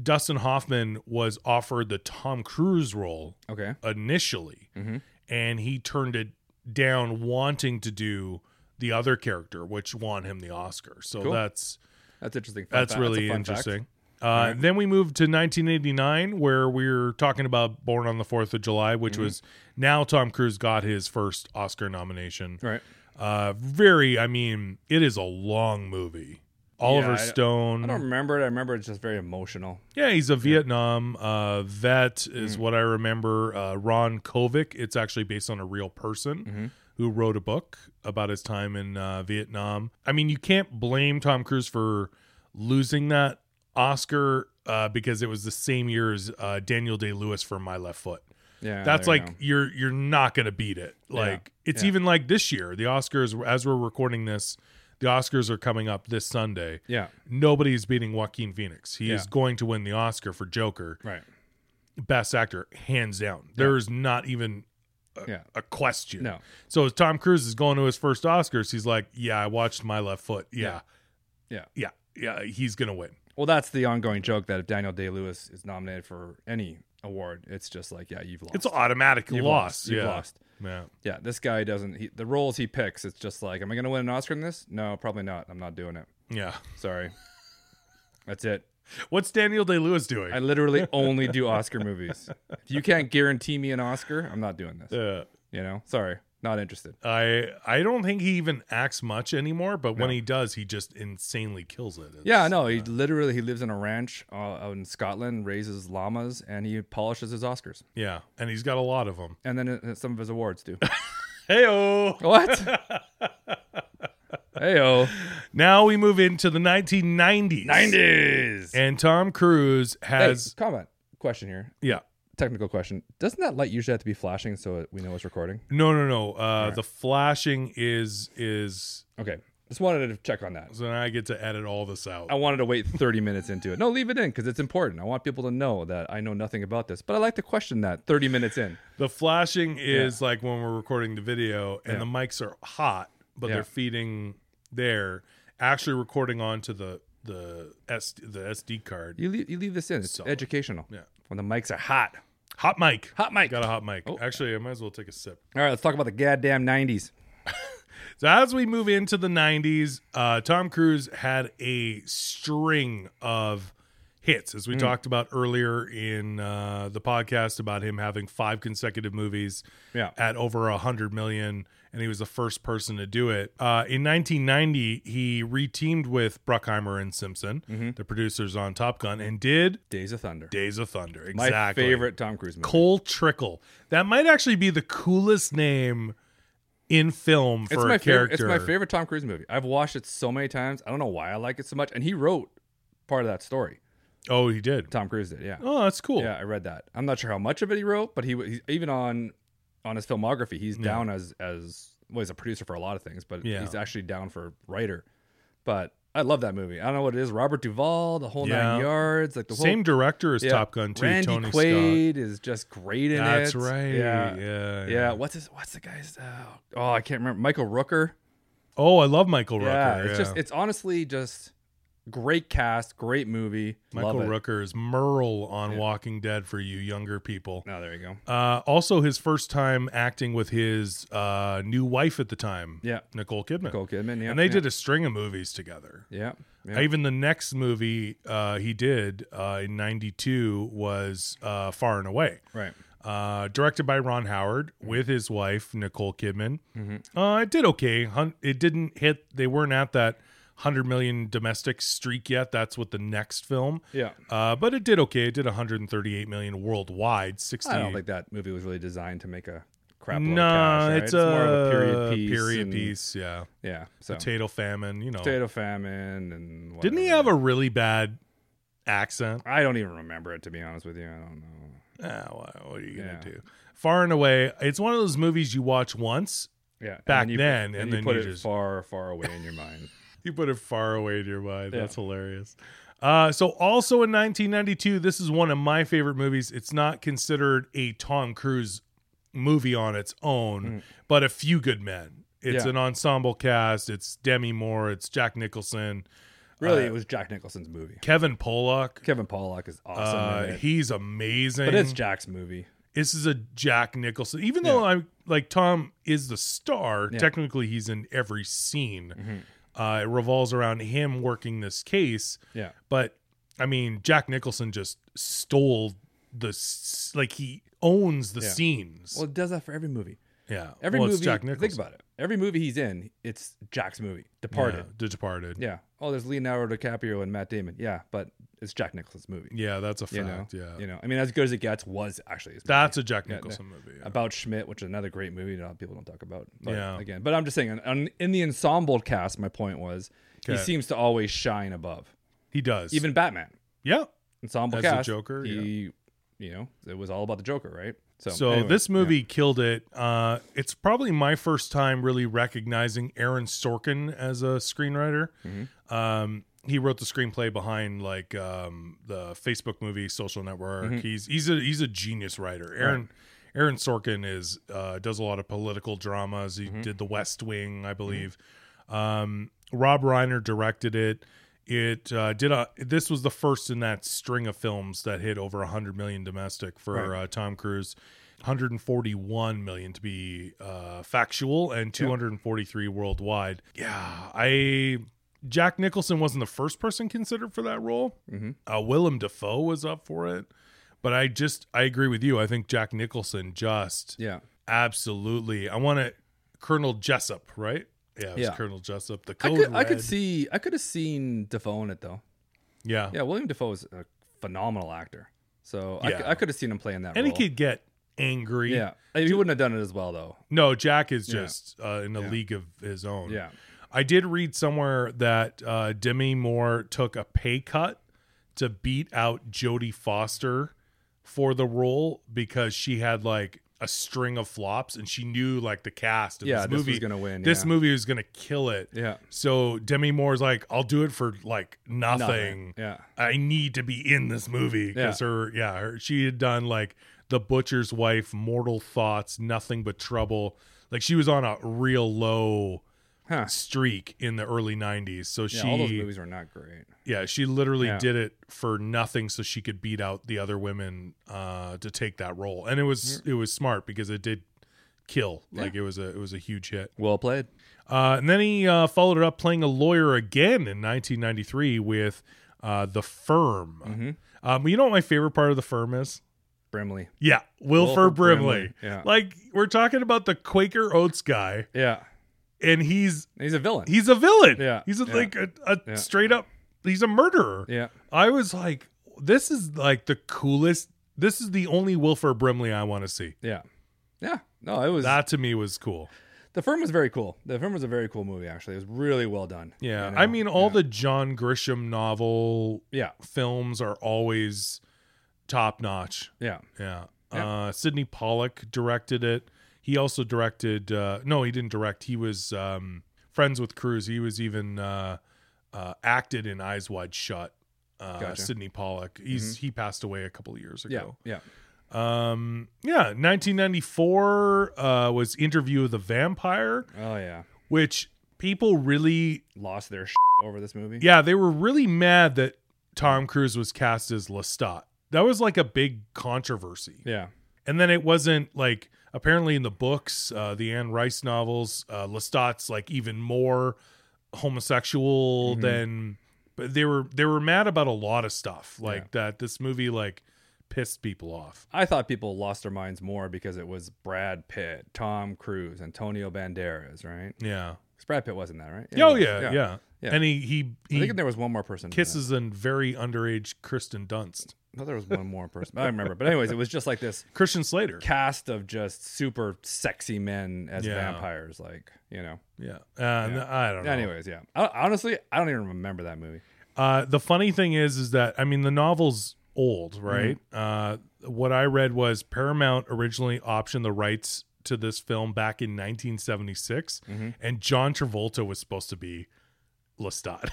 S1: Dustin Hoffman was offered the Tom Cruise role
S2: Okay.
S1: initially,
S2: Mm-hmm.
S1: and he turned it down, wanting to do the other character, which won him the Oscar. So
S2: Cool.
S1: that's
S2: That's interesting. Fun
S1: that's
S2: fact. a
S1: really
S2: fun fact.
S1: interesting. Uh, Then we moved to 1989, where we were talking about Born on the Fourth of July, which
S2: Mm-hmm.
S1: was now Tom Cruise got his first Oscar nomination.
S2: Right.
S1: Uh, very, I mean, it is a long movie. Oliver
S2: I-
S1: Stone.
S2: I don't remember it. I remember it's just very emotional.
S1: Yeah, he's a Vietnam uh, vet,
S2: Mm.
S1: is what I remember. Uh, Ron Kovic. It's actually based on a real person
S2: Mm. Mm-hmm.
S1: who wrote a book about his time in uh, Vietnam. I mean, you can't blame Tom Cruise for losing that Oscar uh, because it was the same year as uh, Daniel Day Lewis for My Left Foot.
S2: Yeah.
S1: That's
S2: Ah, there you
S1: like
S2: go.
S1: you're you're not gonna beat it. Like it's
S2: yeah.
S1: even like this year. The Oscars, as we're recording this, the Oscars are coming up this Sunday
S2: Yeah.
S1: nobody's beating Joaquin Phoenix. He is
S2: Yeah.
S1: going to win the Oscar for Joker,
S2: Right.
S1: best actor, hands down. There is not even
S2: Yeah.
S1: a question.
S2: No.
S1: So as Tom Cruise is going to his first Oscars, he's like, "Yeah, I watched My Left Foot. Yeah,
S2: Yeah.
S1: yeah, yeah. he's gonna win."
S2: Well, that's the ongoing joke that if Daniel Day Lewis is nominated for any award, it's just like, yeah, you've lost.
S1: It's automatic
S2: You've
S1: loss.
S2: You've
S1: yeah,
S2: lost.
S1: yeah.
S2: yeah, this guy doesn't. He, the roles he picks, it's just like, am I going to win an Oscar in this? No, probably not. I'm not doing it.
S1: Yeah.
S2: Sorry. That's it.
S1: What's Daniel Day Lewis doing?
S2: I literally only do Oscar movies. If you can't guarantee me an Oscar, I'm not doing this.
S1: uh,
S2: You know, sorry, not interested.
S1: I I don't think he even acts much anymore, but when he does, he just insanely kills it. It's-
S2: Yeah, no, he literally he lives in a ranch uh, out in Scotland, raises llamas, and he polishes his Oscars,
S1: yeah, and he's got a lot of them.
S2: and then uh, some of his awards too.
S1: Heyo.
S2: what? Heyo,
S1: Now we move into the 1990s.
S2: nineties.
S1: And Tom Cruise
S2: Hey,
S1: has
S2: comment question here.
S1: yeah.
S2: Technical question. Doesn't that light usually have to be flashing so it- we know it's recording?
S1: No, no, no. Uh the flashing is is
S2: Okay, just wanted to check on that.
S1: so now I get to edit all this out.
S2: I wanted to wait 30 minutes into it. No, leave it in because it's important. I want people to know that I know nothing about this, but I like to question that 30 minutes in.
S1: The flashing is like when we're recording the video and
S2: Yeah.
S1: the mics are hot, but
S2: Yeah.
S1: they're feeding there actually recording onto the the S the SD card.
S2: You leave, you leave this in. It's
S1: Solid.
S2: educational.
S1: Yeah.
S2: When the mics are hot.
S1: Hot mic.
S2: Hot mic.
S1: Got a hot mic.
S2: Oh.
S1: Actually, I might as well take a sip.
S2: All right, let's talk about the goddamn 90s.
S1: So as we move into the 90s, uh, Tom Cruise had a string of hits,
S2: Mm.
S1: as we talked about earlier in uh, the podcast about him having five consecutive movies
S2: Yeah.
S1: at over a hundred million, and he was the first person to do it. Uh, in 1990, he reteamed with Bruckheimer and Simpson,
S2: Mm-hmm.
S1: the producers on Top Gun, and did
S2: Days of Thunder.
S1: Days of Thunder.
S2: My
S1: Exactly.
S2: favorite Tom Cruise movie.
S1: Cole Trickle. That might actually be the coolest name in film for
S2: it's
S1: a
S2: my favorite.
S1: character.
S2: It's my favorite Tom Cruise movie. I've watched it so many times. I don't know why I like it so much. And he wrote part of that story.
S1: Oh, he did.
S2: Tom Cruise did. Yeah.
S1: Oh, that's cool.
S2: Yeah, I read that. I'm not sure how much of it he wrote, but he he's, even on on his filmography, he's down as as well. He's a producer for a lot of things, but
S1: Yeah.
S2: he's actually down for writer. But I love that movie. I don't know what it is. Robert Duvall, the whole nine
S1: Yeah.
S2: yards, like the whole
S1: Same director as
S2: yeah.
S1: Top Gun too,
S2: Randy
S1: Tony Scott.
S2: Quaid is just great in it.
S1: That's right.
S2: Yeah. yeah.
S1: yeah.
S2: what's his? What's the guy's? Uh, oh, I can't remember. Michael Rooker.
S1: Oh, I love Michael Rooker.
S2: yeah, it's just it's honestly just great cast, great movie.
S1: Michael
S2: love it.
S1: Rooker is Merle on Walking Dead for you younger people.
S2: Oh, there you go.
S1: Uh, also, his first time acting with his uh, new wife at the time,
S2: Yeah,
S1: Nicole Kidman.
S2: Nicole Kidman. Yeah,
S1: and they
S2: yeah,
S1: did a string of movies together.
S2: Yeah, yeah.
S1: Even the next movie uh, he did uh, in '92 was uh, Far and Away.
S2: right.
S1: uh, directed by Ron Howard with his wife Nicole Kidman.
S2: Mm-hmm.
S1: Uh, it did okay. Hun- It didn't hit. They weren't at that hundred million domestic streak yet. That's what the next film.
S2: Yeah.
S1: Uh, but it did okay. It did 138 million worldwide. 60.
S2: I don't think that movie was really designed to make a crap load of
S1: Nah,
S2: cash, right?
S1: it's,
S2: more of a period
S1: uh,
S2: piece.
S1: period
S2: and-
S1: piece, Yeah.
S2: Yeah. So potato,
S1: Potato famine. You know.
S2: famine and
S1: Didn't he have
S2: whatever.
S1: a really bad accent?
S2: I don't even remember it to be honest with you. I don't know.
S1: Ah, wha- what are you gonna
S2: Yeah.
S1: do? Far and away. It's one of those movies you watch once.
S2: Yeah. and
S1: Back
S2: you-
S1: then,
S2: and
S1: and
S2: you
S1: then
S2: put
S1: you
S2: it
S1: just-
S2: far, far away in your mind.
S1: You put it far away in your mind.
S2: Yeah.
S1: That's hilarious. Uh, so also in 1992, this is one of my favorite movies. It's not considered a Tom Cruise movie on its own, but A Few Good Men. It's
S2: Mm. Yeah.
S1: an ensemble cast. It's Demi Moore. It's Jack Nicholson.
S2: Really,
S1: Uh,
S2: it was Jack Nicholson's movie.
S1: Kevin Pollak.
S2: Kevin Pollak is awesome.
S1: Uh,
S2: in it.
S1: he's amazing.
S2: but it's Jack's movie.
S1: this is a Jack Nicholson. Even though I'm like Tom is the star,
S2: Yeah. Mm.
S1: technically he's in every scene.
S2: Mm-hmm.
S1: Uh, it revolves around him working this case.
S2: Yeah.
S1: But I mean, Jack Nicholson just stole the s- like he owns the
S2: Yeah.
S1: scenes.
S2: Well, it does that for every movie.
S1: yeah,
S2: Every
S1: well,
S2: movie.
S1: It's Jack Nicholson.
S2: Think about it. Every movie he's in, it's Jack's movie. Departed.
S1: Yeah, The Departed.
S2: Yeah. Oh, there's Leonardo DiCaprio and Matt Damon. Yeah, but it's Jack Nicholson's movie.
S1: Yeah, that's a
S2: you
S1: fact.
S2: know,
S1: yeah,
S2: you know. I mean, as good as it gets was actually his movie.
S1: that's a Jack
S2: Yeah,
S1: Nicholson movie. yeah.
S2: about Schmidt, which is another great movie that people don't talk about. But
S1: Yeah.
S2: again, but I'm just saying, on, on- in the ensemble cast, my point was he
S1: Okay.
S2: seems to always shine above,
S1: He does.
S2: even Batman
S1: yeah.
S2: ensemble
S1: As the
S2: cast.
S1: Joker,
S2: he, you know, it was all about the Joker, right? So,
S1: So
S2: anyway,
S1: this
S2: yeah.
S1: movie killed it. Uh, it's probably my first time really recognizing Aaron Sorkin as a screenwriter.
S2: Mm-hmm.
S1: Um, he wrote the screenplay behind like um, the Facebook movie Social Network.
S2: Mm-hmm.
S1: He's he's a he's a genius writer. Aaron Aaron Sorkin is uh, does a lot of political dramas. He
S2: Mm-hmm.
S1: did The West Wing, I believe. Um, Rob Reiner directed it. It uh, did a. This was the first in that string of films that hit over 100 million domestic for uh, Tom Cruise, 141 million to be uh, factual, and 243 worldwide. Yeah, I Jack Nicholson wasn't the first person considered for that role.
S2: Mm-hmm.
S1: Uh, Willem Dafoe was up for it, but I just I agree with you. I think Jack Nicholson just
S2: yeah,
S1: Absolutely. I want to Colonel Jessup, right? Yeah, it was
S2: Yeah.
S1: Colonel Jessup. The
S2: I
S1: code
S2: could, I
S1: Red.
S2: could see, I could have seen Defoe in it though.
S1: Yeah.
S2: Yeah, William Defoe is a phenomenal actor, so I
S1: Yeah.
S2: cou- I, could have seen him playing that.
S1: And he
S2: role.
S1: could get angry.
S2: yeah, he wouldn't have done it as well though.
S1: No, Jack is
S2: Yeah.
S1: just uh, in a
S2: Yeah.
S1: league of his own.
S2: Yeah,
S1: I did read somewhere that uh, Demi Moore took a pay cut to beat out Jodie Foster for the role because she had like a string of flops and she knew like the cast of
S2: yeah,
S1: this
S2: this
S1: movie.
S2: was gonna win.
S1: this
S2: yeah.
S1: movie was going to kill it.
S2: yeah,
S1: So Demi Moore's like, I'll do it for like nothing.
S2: yeah.
S1: I need to be in this movie because her, yeah, her, she had done like The Butcher's Wife, Mortal Thoughts, Nothing But Trouble. Like she was on a real low
S2: Huh.
S1: streak in the early 90s. So
S2: Yeah,
S1: she
S2: all those movies were not great.
S1: yeah, she literally
S2: Yeah.
S1: did it for nothing so she could beat out the other women uh to take that role. And it was it was smart because it did kill. Like it was a it was a huge hit.
S2: Well played.
S1: Uh and then he uh followed it up playing a lawyer again in 1993 with uh The Firm.
S2: Mm-hmm.
S1: Um you know what my favorite part of The Firm is?
S2: Brimley.
S1: Yeah, Wilford,
S2: Wilford
S1: Brimley.
S2: Brimley, yeah.
S1: Like we're talking about the Quaker Oats guy
S2: Yeah.
S1: and he's
S2: He's a villain.
S1: he's a villain.
S2: Yeah,
S1: he's a,
S2: yeah,
S1: like a, a
S2: yeah.
S1: straight up. He's a murderer.
S2: yeah.
S1: I was like, this is like the coolest. This is the only Wilford Brimley I want to see.
S2: Yeah. Yeah. No, it was
S1: That to me was cool.
S2: the firm was very cool. The firm was a very cool movie, actually. It was really well done.
S1: Yeah,
S2: You know?
S1: I mean, all the John Grisham novel
S2: Yeah.
S1: films are always top notch.
S2: Yeah.
S1: Yeah.
S2: Yeah.
S1: Uh, Sidney Pollock directed it. He also directed. Uh, no, he didn't direct. He was um, friends with Cruz. He was even uh, uh, acted in Eyes Wide Shut. Uh,
S2: Gotcha. Mm-hmm.
S1: Sidney Pollock. He's he passed away a couple of years
S2: Yeah.
S1: ago.
S2: Yeah.
S1: Um, yeah. 1994 uh, was Interview of the Vampire,
S2: Oh yeah.
S1: which people really,
S2: Lost their sh- over this movie.
S1: yeah, they were really mad that Tom Cruise was cast as Lestat. That was like a big controversy.
S2: Yeah.
S1: And then it wasn't like apparently in the books, uh, the Anne Rice novels, uh, Lestat's like even more homosexual
S2: Mhm.
S1: than. But they were they were mad about a lot of stuff like
S2: Yeah.
S1: that. This movie like pissed people off.
S2: I thought people lost their minds more because it was Brad Pitt, Tom Cruise, Antonio Banderas, right?
S1: Yeah.
S2: 'Cause Brad Pitt wasn't that, right?
S1: oh
S2: he was.
S1: yeah, yeah,
S2: Yeah.
S1: And he he,
S2: I
S1: he
S2: think there was one more person. than that.
S1: E kisses a very underage Kristen Dunst,
S2: No, there was one more person. I don't remember. But anyways, it was just like this
S1: Christian Slater.
S2: cast of just super sexy men as
S1: Yeah.
S2: vampires, like you know.
S1: Yeah. Uh, I don't know.
S2: Anyways, yeah. I, honestly, I don't even remember that movie.
S1: Uh, the funny thing is, is that I mean, the novel's old, right?
S2: Mm.
S1: Uh, what I read was Paramount originally optioned the rights to this film back in 1976,
S2: Mhm.
S1: and John Travolta was supposed to be Lestat.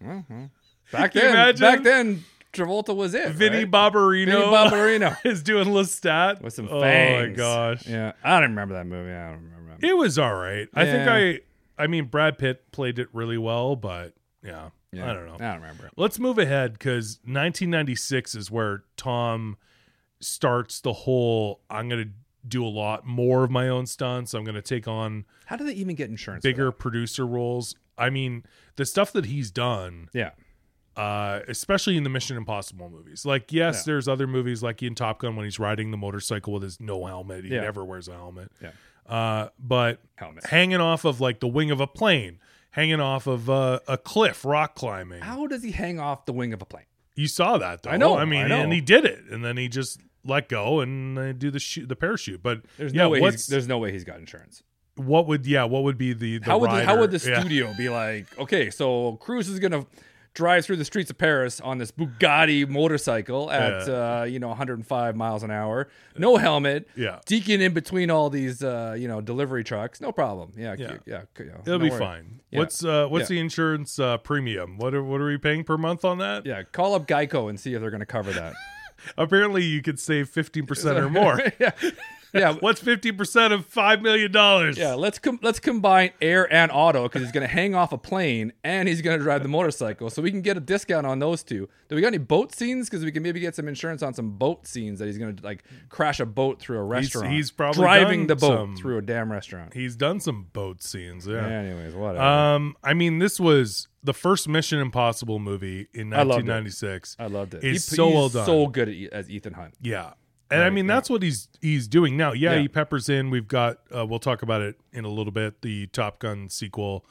S2: Well, well, Back
S1: Can you
S2: then,
S1: imagine?
S2: back then, Travolta was it.
S1: Vinny
S2: right?
S1: Barbarino
S2: Vinny Barbarino
S1: is doing Lestat
S2: with some
S1: Oh
S2: fangs.
S1: my gosh!
S2: Yeah, I don't remember that movie. I don't remember. That.
S1: It was all right. I
S2: Yeah.
S1: think I I mean Brad Pitt played it really well, but yeah,
S2: Yeah.
S1: I don't know.
S2: I don't remember. it.
S1: Let's move ahead cuz 1996 is where Tom starts the whole I'm going to do a lot more of my own stunts. I'm going to take on
S2: How do they even get insurance? for
S1: bigger producer roles. I mean, the stuff that he's done,
S2: that? Yeah,
S1: uh, especially in the Mission Impossible movies. Like, yes,
S2: Yeah.
S1: there's other movies like in Top Gun when he's riding the motorcycle with his no helmet. He
S2: Yeah.
S1: never wears a helmet.
S2: Yeah.
S1: Uh, but
S2: helmet.
S1: hanging off of like the wing of a plane, hanging off of uh, a cliff, rock climbing.
S2: How does he hang off the wing of a plane?
S1: You saw that though.
S2: I know,
S1: I mean,
S2: I know.
S1: and he did it, and then he just let go and uh, do the shoot, the parachute. But
S2: There's
S1: yeah,
S2: no way. He's,
S1: what's-
S2: there's no way he's got insurance.
S1: what would yeah, what would be the, the
S2: how would the, how would the
S1: rider- yeah.
S2: studio be like? Okay, so Cruz is gonna drive through the streets of Paris on this Bugatti motorcycle at uh, you know 105 miles an hour, no helmet,
S1: Yeah.
S2: deacon in between all these uh, you know delivery trucks, no problem. Yeah,
S1: Yeah.
S2: yeah, yeah. c- yeah,
S1: It'll
S2: no
S1: be
S2: worry.
S1: fine.
S2: Yeah.
S1: What's uh what's
S2: Yeah.
S1: the insurance uh premium? What are what are we paying per month on that?
S2: Yeah, call up Geico and see if they're gonna cover that
S1: Apparently you could save fifteen percent or more.
S2: yeah, yeah.
S1: What's fifty percent of five million dollars?
S2: Yeah, let's com- let's combine air and auto because he's gonna hang off a plane and he's gonna drive the motorcycle, so we can get a discount on those two. Do we got any boat scenes? Because we can maybe get some insurance on some boat scenes that he's gonna like crash a boat through a restaurant.
S1: he's probably done
S2: driving the boat
S1: some-
S2: through a damn restaurant.
S1: He's done some boat scenes, yeah.
S2: Anyways, whatever.
S1: Um I mean this was the first Mission Impossible movie in
S2: I loved
S1: nineteen
S2: it.
S1: ninety six.
S2: I loved it.
S1: it's
S2: He-
S1: so
S2: he's
S1: well done.
S2: So good at E- as Ethan Hunt.
S1: Yeah. And I mean that's what he's he's doing now. Yeah,
S2: Yeah.
S1: he peppers in. We've got uh, we'll talk about it in a little bit. The Top Gun sequel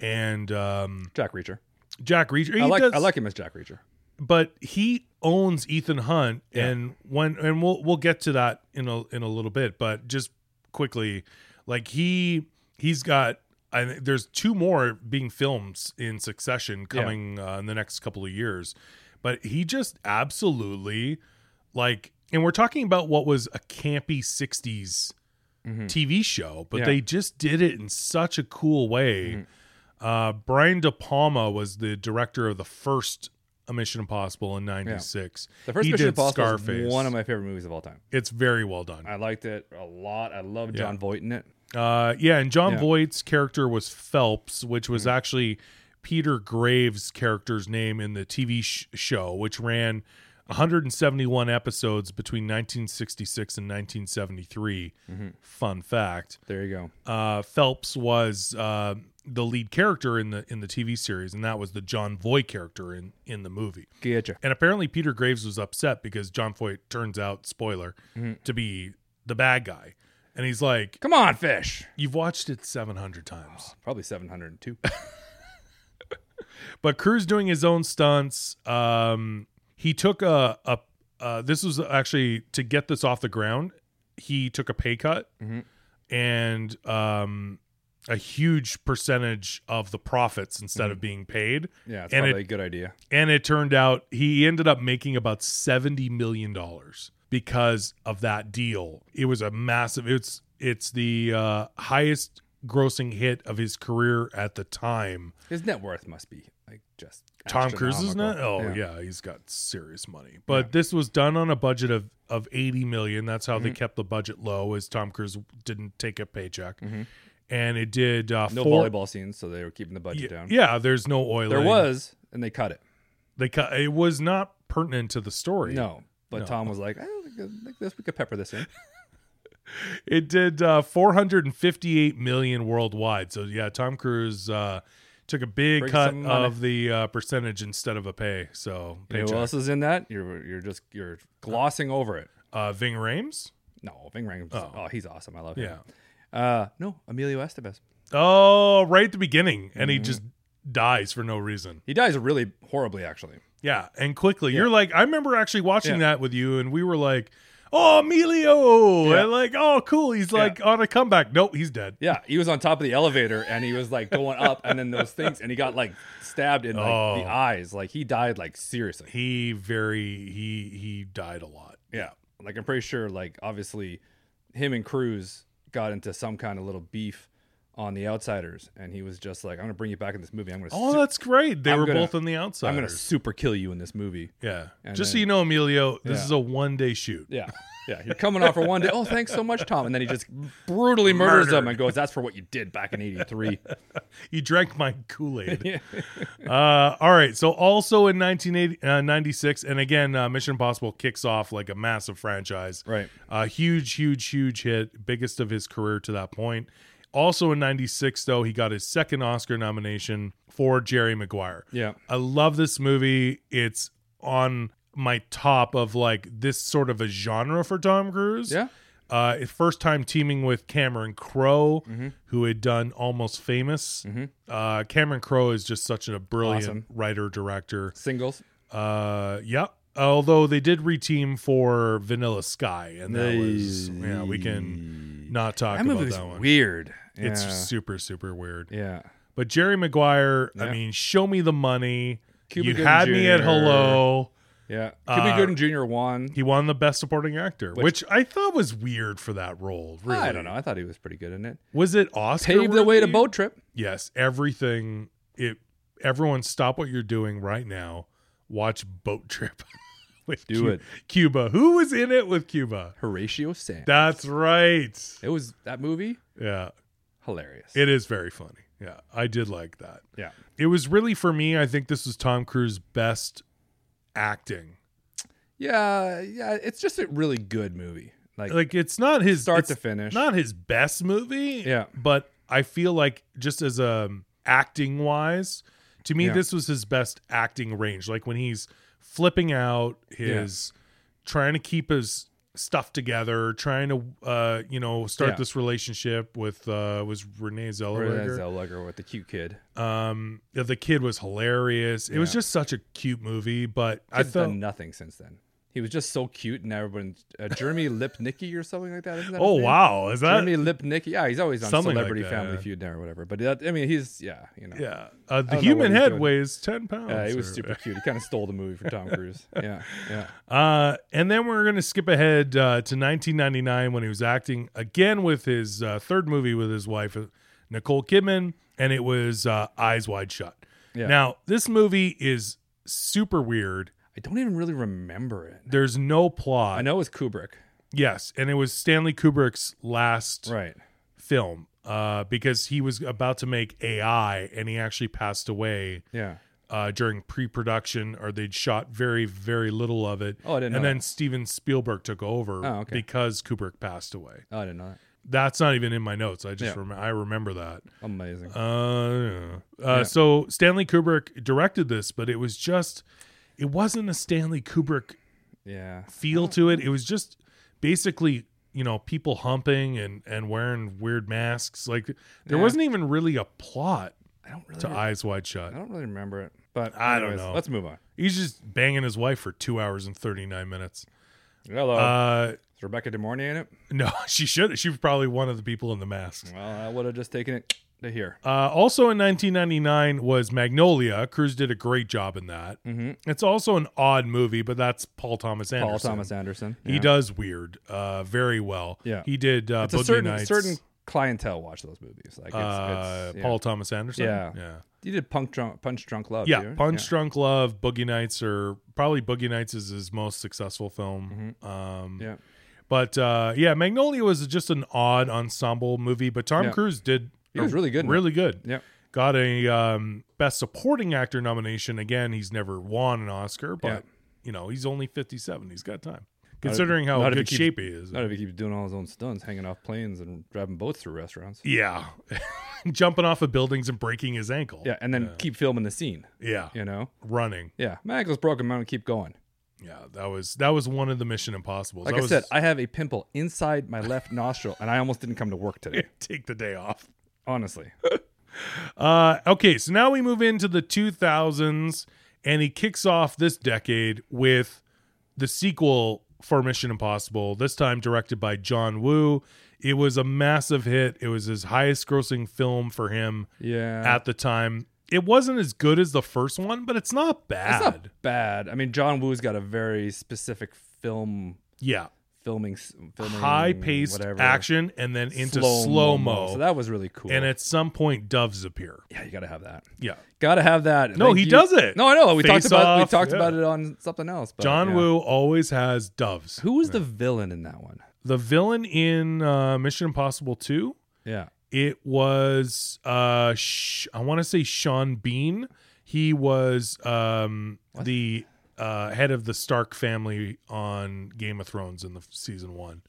S1: and um,
S2: Jack Reacher.
S1: Jack Reacher. He
S2: Mm-hmm. I like
S1: does,
S2: I like him as Jack Reacher.
S1: but he owns Ethan Hunt, and when and we'll we'll get to that in a in a little bit. But just quickly, like he he's got. I think there's two more being filmed in succession
S2: Yeah.
S1: coming uh, in the next couple of years, but he just absolutely like, and we're talking about what was a campy '60s TV show, but
S2: Mm-hmm. Yeah. Mm-hmm.
S1: they just did it in such a cool way. Uh, Brian De Palma was the director of the first Mission Impossible in '96.
S2: The first
S1: he
S2: Mission
S1: did
S2: Impossible is
S1: Scarface.
S2: one of my favorite movies of all time.
S1: it's very well done.
S2: I liked it a lot. I love
S1: Yeah.
S2: John Voight in it.
S1: Uh, yeah, and John
S2: Yeah.
S1: Voight's character was Phelps, which was actually Peter Graves' character's name in the TV sh- show, which ran 171 episodes between 1966 and 1973. Fun fact:
S2: There you go.
S1: uh, Phelps was uh, the lead character in the in the TV series, and that was the John Voight character in in the movie.
S2: Getcha.
S1: And apparently, Peter Graves was upset because John Voight turns out, spoiler, to be the bad guy, and he's like.
S2: Come on, fish.
S1: You've watched it 700 times.
S2: Probably 702.
S1: But Cruz doing his own stunts. Um, he took a, a uh, this was actually to get this off the ground. He took a pay cut
S2: Mhm.
S1: and um, a huge percentage of the profits instead of being paid.
S2: Yeah, it's
S1: And it-
S2: probably a good idea.
S1: And it turned out he ended up making about $70 million because of that deal. It was a massive, it's, it's the uh, highest grossing hit of his career at the time.
S2: His net worth must be like just
S1: Tom Cruise's net?
S2: astronomical.
S1: Oh yeah. he's got serious money. But this was done on a budget of of 80 million. That's how they
S2: Mm-hmm.
S1: kept the budget low as Tom Cruise didn't take a paycheck. And it did uh
S2: Mm-hmm. No
S1: four-
S2: volleyball scenes, so they were keeping the budget
S1: Yeah,
S2: down.
S1: yeah, there's no oil.
S2: There was, and they cut it.
S1: They cut it was not pertinent to the story.
S2: No, but
S1: No.
S2: Tom was like, I think this we could pepper this in.
S1: It did uh 458 million worldwide. So yeah, Tom Cruise uh took a big
S2: Bring
S1: cut
S2: some money.
S1: of the uh percentage instead of a pay. So
S2: You know
S1: paycheck.
S2: who else is in that? You're you're just you're glossing over it.
S1: uh Ving Rhames?
S2: No, Ving Rhames. Oh. he's awesome. I love
S1: Yeah.
S2: him. Uh, no, Emilio Estevez.
S1: Oh, right at the beginning, and he
S2: Mm-hmm.
S1: just dies for no reason.
S2: He dies really horribly, actually.
S1: Yeah, and quickly. You're like, I remember actually watching
S2: Yeah.
S1: that with you, and we were like, "Oh, Emilio!"
S2: Yeah.
S1: And like, "Oh, cool." He's like on a comeback. Nope, he's dead.
S2: Yeah, he was on top of the elevator and he was like going up, and then those things, and he got like stabbed in like
S1: Oh.
S2: the eyes. Like he died like seriously.
S1: He very he he died a lot.
S2: Yeah. Like I'm pretty sure like obviously him and Cruz got into some kind of little beef on the outsiders and he was just like I'm going to bring you back in this movie. I'm going to
S1: Oh, that's great. They
S2: I'm
S1: were
S2: gonna-
S1: both on the outside.
S2: I'm going to super kill you in this movie.
S1: yeah.
S2: And
S1: Just so
S2: then-
S1: you know, Emilio, this
S2: Yeah.
S1: is a one day shoot.
S2: Yeah. Yeah, you're coming off for one day. Oh, thanks so much, Tom. And then he just brutally murders
S1: Murdered.
S2: him and goes, "That's for what you did back in '83."
S1: You drank my Kool Aid.
S2: Yeah.
S1: Uh, all right. So also in 1996, and again, uh, Mission Impossible kicks off like a massive franchise.
S2: Right.
S1: A huge, huge, huge hit, biggest of his career to that point. Also in 96, though, he got his second Oscar nomination for Jerry Maguire.
S2: Yeah.
S1: I love this movie. It's on my top of like this sort of a genre for Tom Cruise.
S2: Yeah.
S1: Uh, his first time teaming with Cameron Crowe,
S2: Mm-hmm.
S1: who had done Almost Famous. Uh, Cameron Crowe is just such a brilliant
S2: Awesome.
S1: writer director.
S2: Singles.
S1: Uh, yeah. Although they did reteam for Vanilla Sky, and that was yeah. We can not talk
S2: That
S1: about
S2: movie was
S1: that one.
S2: weird.
S1: It's
S2: yeah.
S1: super super weird.
S2: yeah.
S1: But Jerry Maguire, I
S2: Yeah.
S1: mean, show me the money.
S2: Cuba
S1: you
S2: Gooding
S1: had me at
S2: Jr..
S1: hello.
S2: Yeah. Cuba
S1: Uh,
S2: Gooden Jr. won.
S1: He won the best supporting actor, which,
S2: Which-
S1: I thought was weird for that role. Really,
S2: I don't know. I thought he was pretty good in it.
S1: Was it Oscar?
S2: Paved the way to
S1: worthy?
S2: boat trip.
S1: Yes, everything. It. Everyone, stop what you're doing right now. Watch Boat Trip with
S2: Do
S1: Cu-
S2: it.
S1: Cuba. Who was in it with Cuba?
S2: Horatio Sands.
S1: That's right.
S2: It was that movie
S1: Yeah,
S2: hilarious.
S1: it is very funny. Yeah, I did like that.
S2: yeah.
S1: It was really for me. I think this was Tom Cruise's best acting.
S2: Yeah, yeah, it's just a really good movie. Like,
S1: Like it's not his
S2: start
S1: it's
S2: to finish.
S1: not his best movie.
S2: Yeah.
S1: But I feel like just as um, acting wise, to me
S2: Yeah.
S1: this was his best acting range. Like when he's flipping out, his trying to keep his stuff together, trying to uh, you know, start
S2: Yeah.
S1: this relationship with uh was Renee
S2: Or that
S1: Zellweger.
S2: Zellweger with the cute kid.
S1: um yeah, the kid was hilarious. It was
S2: Yeah.
S1: just such a cute movie, but I
S2: I've
S1: felt
S2: done nothing since then. He was just so cute, and everyone, uh, Jeremy Lipnicki or something like that. Isn't that his
S1: Oh
S2: name?
S1: wow, is that
S2: Jeremy Lipnicki. Yeah, he's always on
S1: Something like
S2: Celebrity
S1: that,
S2: Family
S1: yeah.
S2: Feud now or whatever. But that, I mean, he's yeah, you know,
S1: Yeah. Uh, the
S2: don't know what
S1: human
S2: he's
S1: head
S2: doing.
S1: weighs 10 pounds.
S2: yeah, he was
S1: or-
S2: super cute. He kind of stole the movie from Tom Cruise. Yeah, yeah.
S1: Uh, and then we're going to skip ahead uh, to 1999 when he was acting again with his uh, third movie with his wife, uh, Nicole Kidman, and it was uh, Eyes Wide Shut.
S2: Yeah.
S1: Now, this movie is super weird.
S2: I don't even really remember it.
S1: There's no plot.
S2: I know it was Kubrick,
S1: Yes. And it was Stanley Kubrick's last
S2: right?
S1: film uh, because he was about to make AI and he actually passed away
S2: Yeah.
S1: uh, during pre-production, or they'd shot very, very little of it.
S2: Oh, I didn't
S1: And
S2: know
S1: then Steven Spielberg took over
S2: Oh, okay.
S1: because Kubrick passed away.
S2: Oh, I didn't know that.
S1: That's not even in my notes. I just
S2: Yeah.
S1: rem- I remember that.
S2: Amazing.
S1: Uh, yeah. uh
S2: Yeah.
S1: so Stanley Kubrick directed this, but it was just it wasn't a Stanley Kubrick
S2: yeah.
S1: feel to it. It was just basically, you know, people humping and and wearing weird masks. Like there
S2: Yeah.
S1: wasn't even really a plot
S2: I don't really.
S1: to Eyes Wide Shut.
S2: I don't really remember it. But
S1: I don't
S2: anyways,
S1: know.
S2: Let's move on.
S1: He's just banging his wife for 2 hours and 39 minutes.
S2: Hello.
S1: Uh
S2: Is Rebecca De Mornay in it?
S1: no, she should she was probably one of the people in the masks.
S2: Well, I would have just taken it to here.
S1: Uh, also in 1999 was Magnolia. Cruz did a great job in that.
S2: Mhm.
S1: It's also an odd movie, but that's Paul Thomas Anderson.
S2: Paul Thomas Anderson.
S1: He
S2: Yeah.
S1: does weird uh, very well.
S2: Yeah.
S1: He did uh,
S2: It's a
S1: Boogie
S2: certain
S1: Nights.
S2: certain clientele watch those movies. Like it's,
S1: uh,
S2: it's yeah.
S1: Paul Thomas Anderson.
S2: Yeah.
S1: Yeah.
S2: You did Punk Drunk Punch Drunk Love.
S1: Yeah.
S2: too.
S1: Punch Drunk Love, Boogie Nights, or probably Boogie Nights is his most successful film.
S2: Mm-hmm.
S1: Um,
S2: Yeah.
S1: But uh, yeah, Magnolia was just an odd ensemble movie, but Tom
S2: Yeah.
S1: Cruise did.
S2: He was really good in it.
S1: Really good.
S2: Yeah.
S1: Got a um, Best Supporting Actor nomination. Again, he's never won an Oscar, but
S2: Yeah.
S1: you know he's only fifty-seven. He's got time,
S2: if-
S1: considering how
S2: not if
S1: good
S2: he keeps-
S1: shape he is.
S2: Not if he keeps doing all his own stunts, hanging off planes and driving boats through restaurants.
S1: yeah, jumping off of buildings and breaking his ankle.
S2: Yeah, and then keep filming the scene.
S1: yeah,
S2: You know.
S1: running.
S2: Yeah, my ankle's broken. I'm gonna keep going.
S1: Yeah, that was that was one of the Mission Impossible.
S2: Like I said, I have a pimple inside my left nostril, and I almost didn't come to work today.
S1: take the day off.
S2: Honestly,
S1: Uh, okay, so now we move into the 2000s, and he kicks off this decade with the sequel for Mission Impossible, this time directed by John Woo. It was a massive hit. It was his highest grossing film for him
S2: yeah,
S1: at the time. It wasn't as good as the first one, but it's not bad.
S2: it's not bad. I mean, John Woo's got a very specific film
S1: yeah.
S2: filming, s- filming
S1: High paced
S2: whatever,
S1: action and then into
S2: slow-mo.
S1: slow mo.
S2: So that was really cool.
S1: and at some point, doves appear.
S2: yeah, you gotta have that.
S1: Yeah.
S2: Gotta have that.
S1: No,
S2: Like
S1: he
S2: you-
S1: does it.
S2: No, I know. We
S1: Face
S2: talked about we
S1: Off,
S2: talked
S1: yeah.
S2: about it on something else. But
S1: John
S2: yeah.
S1: Woo always has doves.
S2: Who was the villain in that one?
S1: the villain in uh, Mission Impossible 2,
S2: Yeah.
S1: it was uh sh- I want to say Sean Bean. He was um the uh head of the Stark family on Game of Thrones in the f- season 1.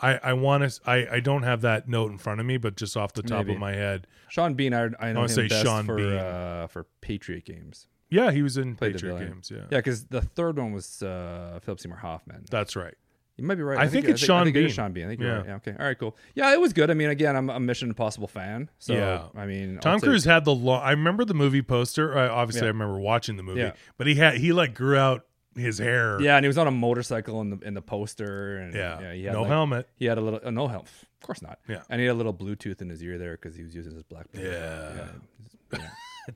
S1: I I want to I I don't have that note in front of me, but just off the top
S2: Maybe.
S1: of my head.
S2: Sean Bean, I, I know
S1: wanna
S2: him
S1: say
S2: best
S1: Sean
S2: for
S1: Bean.
S2: Uh, for Patriot games.
S1: Yeah, he was in
S2: Played the
S1: Patriot
S2: villain.
S1: Games, yeah.
S2: Yeah, because the third one was uh, Philip Seymour Hoffman.
S1: That's right.
S2: You might be right.
S1: I think it's
S2: I
S1: Sean
S2: think it is
S1: Bean.
S2: Sean Bean. I think you're
S1: Yeah.
S2: right. Yeah. Okay. All right. Cool. Yeah, it was good. I mean, again, I'm a Mission Impossible fan. So
S1: Yeah.
S2: I mean, I'll
S1: Tom
S2: take-
S1: Cruise had the long. I remember the movie poster. I, obviously,
S2: Yeah.
S1: I remember watching the movie,
S2: Yeah.
S1: but he had he like grew out his hair.
S2: Yeah, and he was on a motorcycle in the in the poster. And,
S1: yeah.
S2: yeah he had
S1: no
S2: like-
S1: helmet.
S2: He had a little uh, no help. Of course not.
S1: Yeah.
S2: And he had a little Bluetooth in his ear there because he was using his BlackBerry.
S1: Yeah.
S2: Yeah.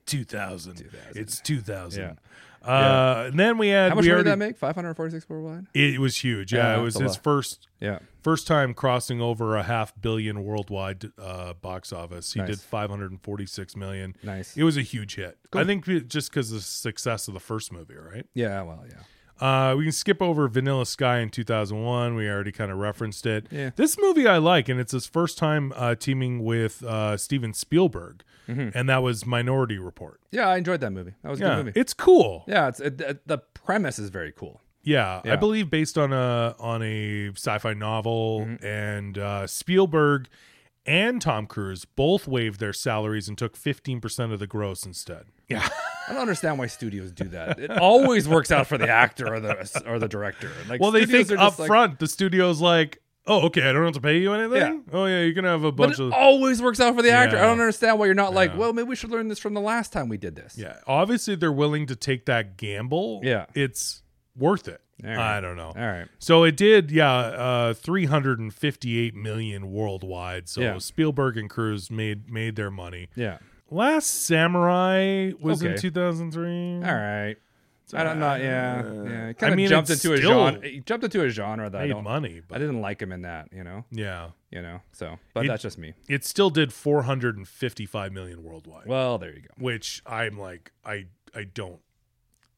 S1: 2000. It's 2000.
S2: Yeah.
S1: Uh, And then we had
S2: How much
S1: we
S2: money did
S1: already,
S2: that make? Five hundred forty-six worldwide.
S1: It, it was huge.
S2: Yeah,
S1: Yeah, it
S2: that's
S1: was
S2: a
S1: his
S2: lot.
S1: first
S2: Yeah.
S1: first time crossing over a half billion worldwide uh, box office. He
S2: Nice.
S1: did 546 million.
S2: Nice.
S1: It was a huge hit. I think we- just because the success of the first movie, right?
S2: yeah. Well. Yeah.
S1: Uh, we can skip over Vanilla Sky in 2001. We already kind of referenced it.
S2: Yeah.
S1: This movie I like, and it's his first time uh, teaming with uh, Steven Spielberg, and that was Minority Report.
S2: Yeah. I enjoyed that movie. That was Mm-hmm. a
S1: Yeah,
S2: good movie.
S1: it's cool.
S2: yeah. It's it, it- the premise is very cool.
S1: Yeah,
S2: Yeah.
S1: I believe based on a on a sci-fi novel,
S2: Mm-hmm.
S1: and uh, Spielberg and Tom Cruise both waived their salaries and took fifteen percent of the gross instead. Yeah,
S2: I don't understand why studios do that. It always works out for the actor or the or the director. Like,
S1: well, they
S2: studios
S1: think
S2: are
S1: up
S2: just like-
S1: front the studio's like, oh, okay, I don't have to pay you anything. Oh yeah, you can have a
S2: but
S1: bunch
S2: it
S1: of.
S2: always works out for the actor. I
S1: Yeah.
S2: don't understand why you're not like,
S1: Yeah.
S2: well, maybe we should learn this from the last time we did this.
S1: Yeah, obviously they're willing to take that gamble.
S2: Yeah.
S1: it's worth it.
S2: All right.
S1: I don't know.
S2: All right.
S1: So it did, yeah, uh, 358 million worldwide. So
S2: Yeah.
S1: Spielberg and Cruise made made their money.
S2: Yeah.
S1: Last Samurai was in
S2: Okay.
S1: 2003.
S2: All right. I don't know. Yeah, yeah. Kind
S1: I
S2: of
S1: mean,
S2: jumped
S1: it's
S2: into a
S1: still
S2: genre. It jumped into a genre that I
S1: made
S2: don't.
S1: money,
S2: I
S1: but
S2: didn't like him in that. You know.
S1: yeah,
S2: You know. So, but
S1: It-
S2: that's just me.
S1: it still did 455 million worldwide,
S2: Well, there you go.
S1: which I'm like, I I don't.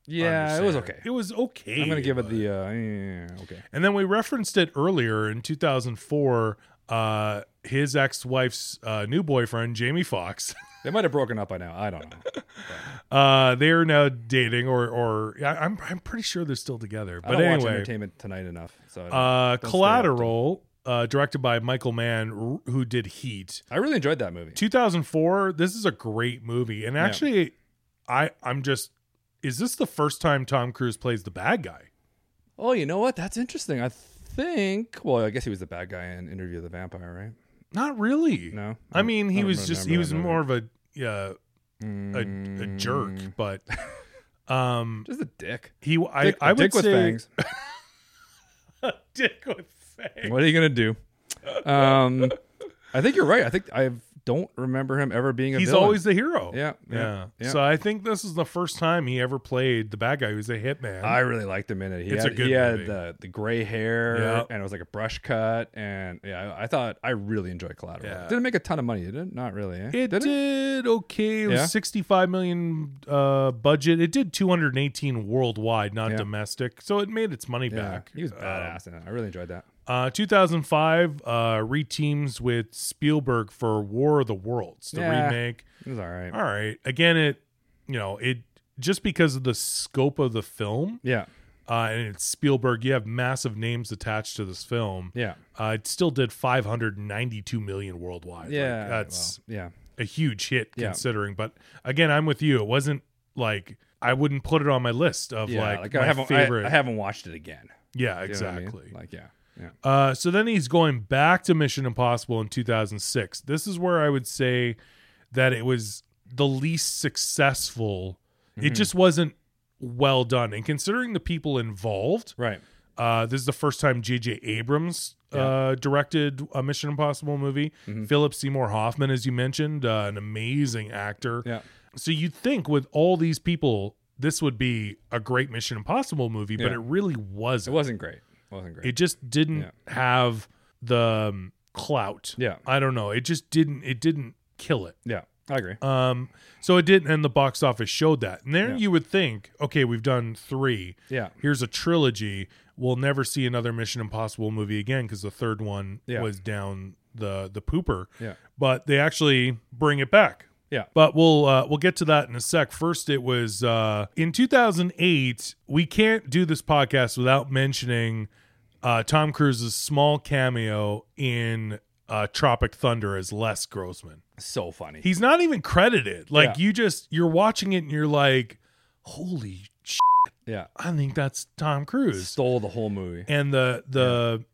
S2: Yeah, it was
S1: understand.
S2: okay.
S1: It was okay.
S2: I'm gonna give it
S1: but-
S2: the uh, yeah, okay.
S1: And then we referenced it earlier in 2004. uh, his ex-wife's uh, new boyfriend, Jamie Fox.
S2: They might have broken up by now. I don't know.
S1: Uh, they are now dating, or or I, I'm I'm pretty sure they're still together.
S2: I
S1: But
S2: don't watch
S1: anyway,
S2: Entertainment Tonight enough. So I, don't-
S1: uh,
S2: stay up
S1: Collateral, uh, directed by Michael Mann, r- who did Heat,
S2: I really enjoyed that movie.
S1: 2004. This is a great movie, and
S2: Yeah.
S1: actually, I I'm just is this the first time Tom Cruise plays the bad guy?
S2: Oh, you know what? That's interesting. I think. Well, I guess he was the bad guy in Interview with the Vampire,
S1: Not really.
S2: right? No.
S1: I mean, he
S2: don't
S1: was just he
S2: remember
S1: was
S2: that movie.
S1: more of a uh, a, a
S2: Mm,
S1: jerk, but um,
S2: Just a dick.
S1: he I
S2: Dick,
S1: I would
S2: dick with
S1: say
S2: fangs.
S1: dick with fangs.
S2: What are you gonna do? Um, I think you're right. I think I don't remember him ever being a.
S1: He's
S2: villain.
S1: always the hero.
S2: Yeah,
S1: yeah.
S2: yeah, yeah.
S1: So I think this is the first time he ever played the bad guy who's a hitman.
S2: I really liked him in it. He
S1: It's a
S2: had,
S1: good
S2: he had
S1: movie.
S2: the, the gray hair,
S1: Yeah.
S2: and it was like a brush cut, and yeah, I, I thought I really enjoyed Collateral.
S1: Yeah.
S2: Didn't make a ton of money, did it? Not really. Eh?
S1: it
S2: did
S1: did, okay. It was
S2: Yeah.
S1: 65 million uh budget. It did 218 worldwide, not
S2: Yeah.
S1: domestic. So it made its money
S2: Yeah,
S1: back.
S2: He was
S1: Um,
S2: badass in it. I really enjoyed that.
S1: Uh, 2005 uh, reteams with Spielberg for War of the Worlds, the
S2: Yeah.
S1: remake.
S2: It was all right.
S1: All right, again, it you know it just because of the scope of the film
S2: Yeah,
S1: uh, and it's Spielberg, you have massive names attached to this film.
S2: yeah,
S1: Uh, it still did 592 million worldwide. Like,
S2: yeah.
S1: that's
S2: well, yeah.
S1: a huge hit
S2: Yeah.
S1: considering. But again, I'm with you. It wasn't like I wouldn't put it on my list of
S2: yeah,
S1: like,
S2: like,
S1: my
S2: I haven't, I-
S1: favorite.
S2: I, haven't watched it again.
S1: yeah,
S2: You know what I mean?
S1: exactly.
S2: Like, yeah, yeah.
S1: Uh, so then he's going back to Mission Impossible in 2006. This is where I would say that it was the least successful. It
S2: Mhm.
S1: just wasn't well done. And considering the people involved,
S2: Right.
S1: uh, this is the first time J.J. Abrams uh, directed a Mission Impossible movie.
S2: Mhm.
S1: Philip Seymour Hoffman, as you mentioned, uh, an amazing actor.
S2: Yeah.
S1: So you'd think with all these people, this would be a great Mission Impossible movie, but
S2: Yeah.
S1: it really wasn't
S2: It wasn't great. It wasn't great.
S1: it just didn't
S2: Yeah.
S1: have the um, clout
S2: yeah,
S1: i don't know it just didn't it didn't kill it
S2: yeah. I agree.
S1: um so it didn't and the box office showed that and there
S2: Yeah.
S1: you would think okay we've done three
S2: Yeah,
S1: here's a trilogy we'll never see another mission impossible movie again because the third one
S2: Yeah.
S1: was down the the pooper
S2: yeah,
S1: but they actually bring it back
S2: yeah.
S1: but we'll uh, we'll get to that in a sec. First, it was uh, in 2008. We can't do this podcast without mentioning uh, Tom Cruise's small cameo in uh, Tropic Thunder as Les Grossman.
S2: So funny.
S1: He's not even credited. Like
S2: Yeah.
S1: you just you're watching it and you're like, holy, sh-
S2: yeah,
S1: I think that's Tom Cruise.
S2: stole the whole movie.
S1: And the the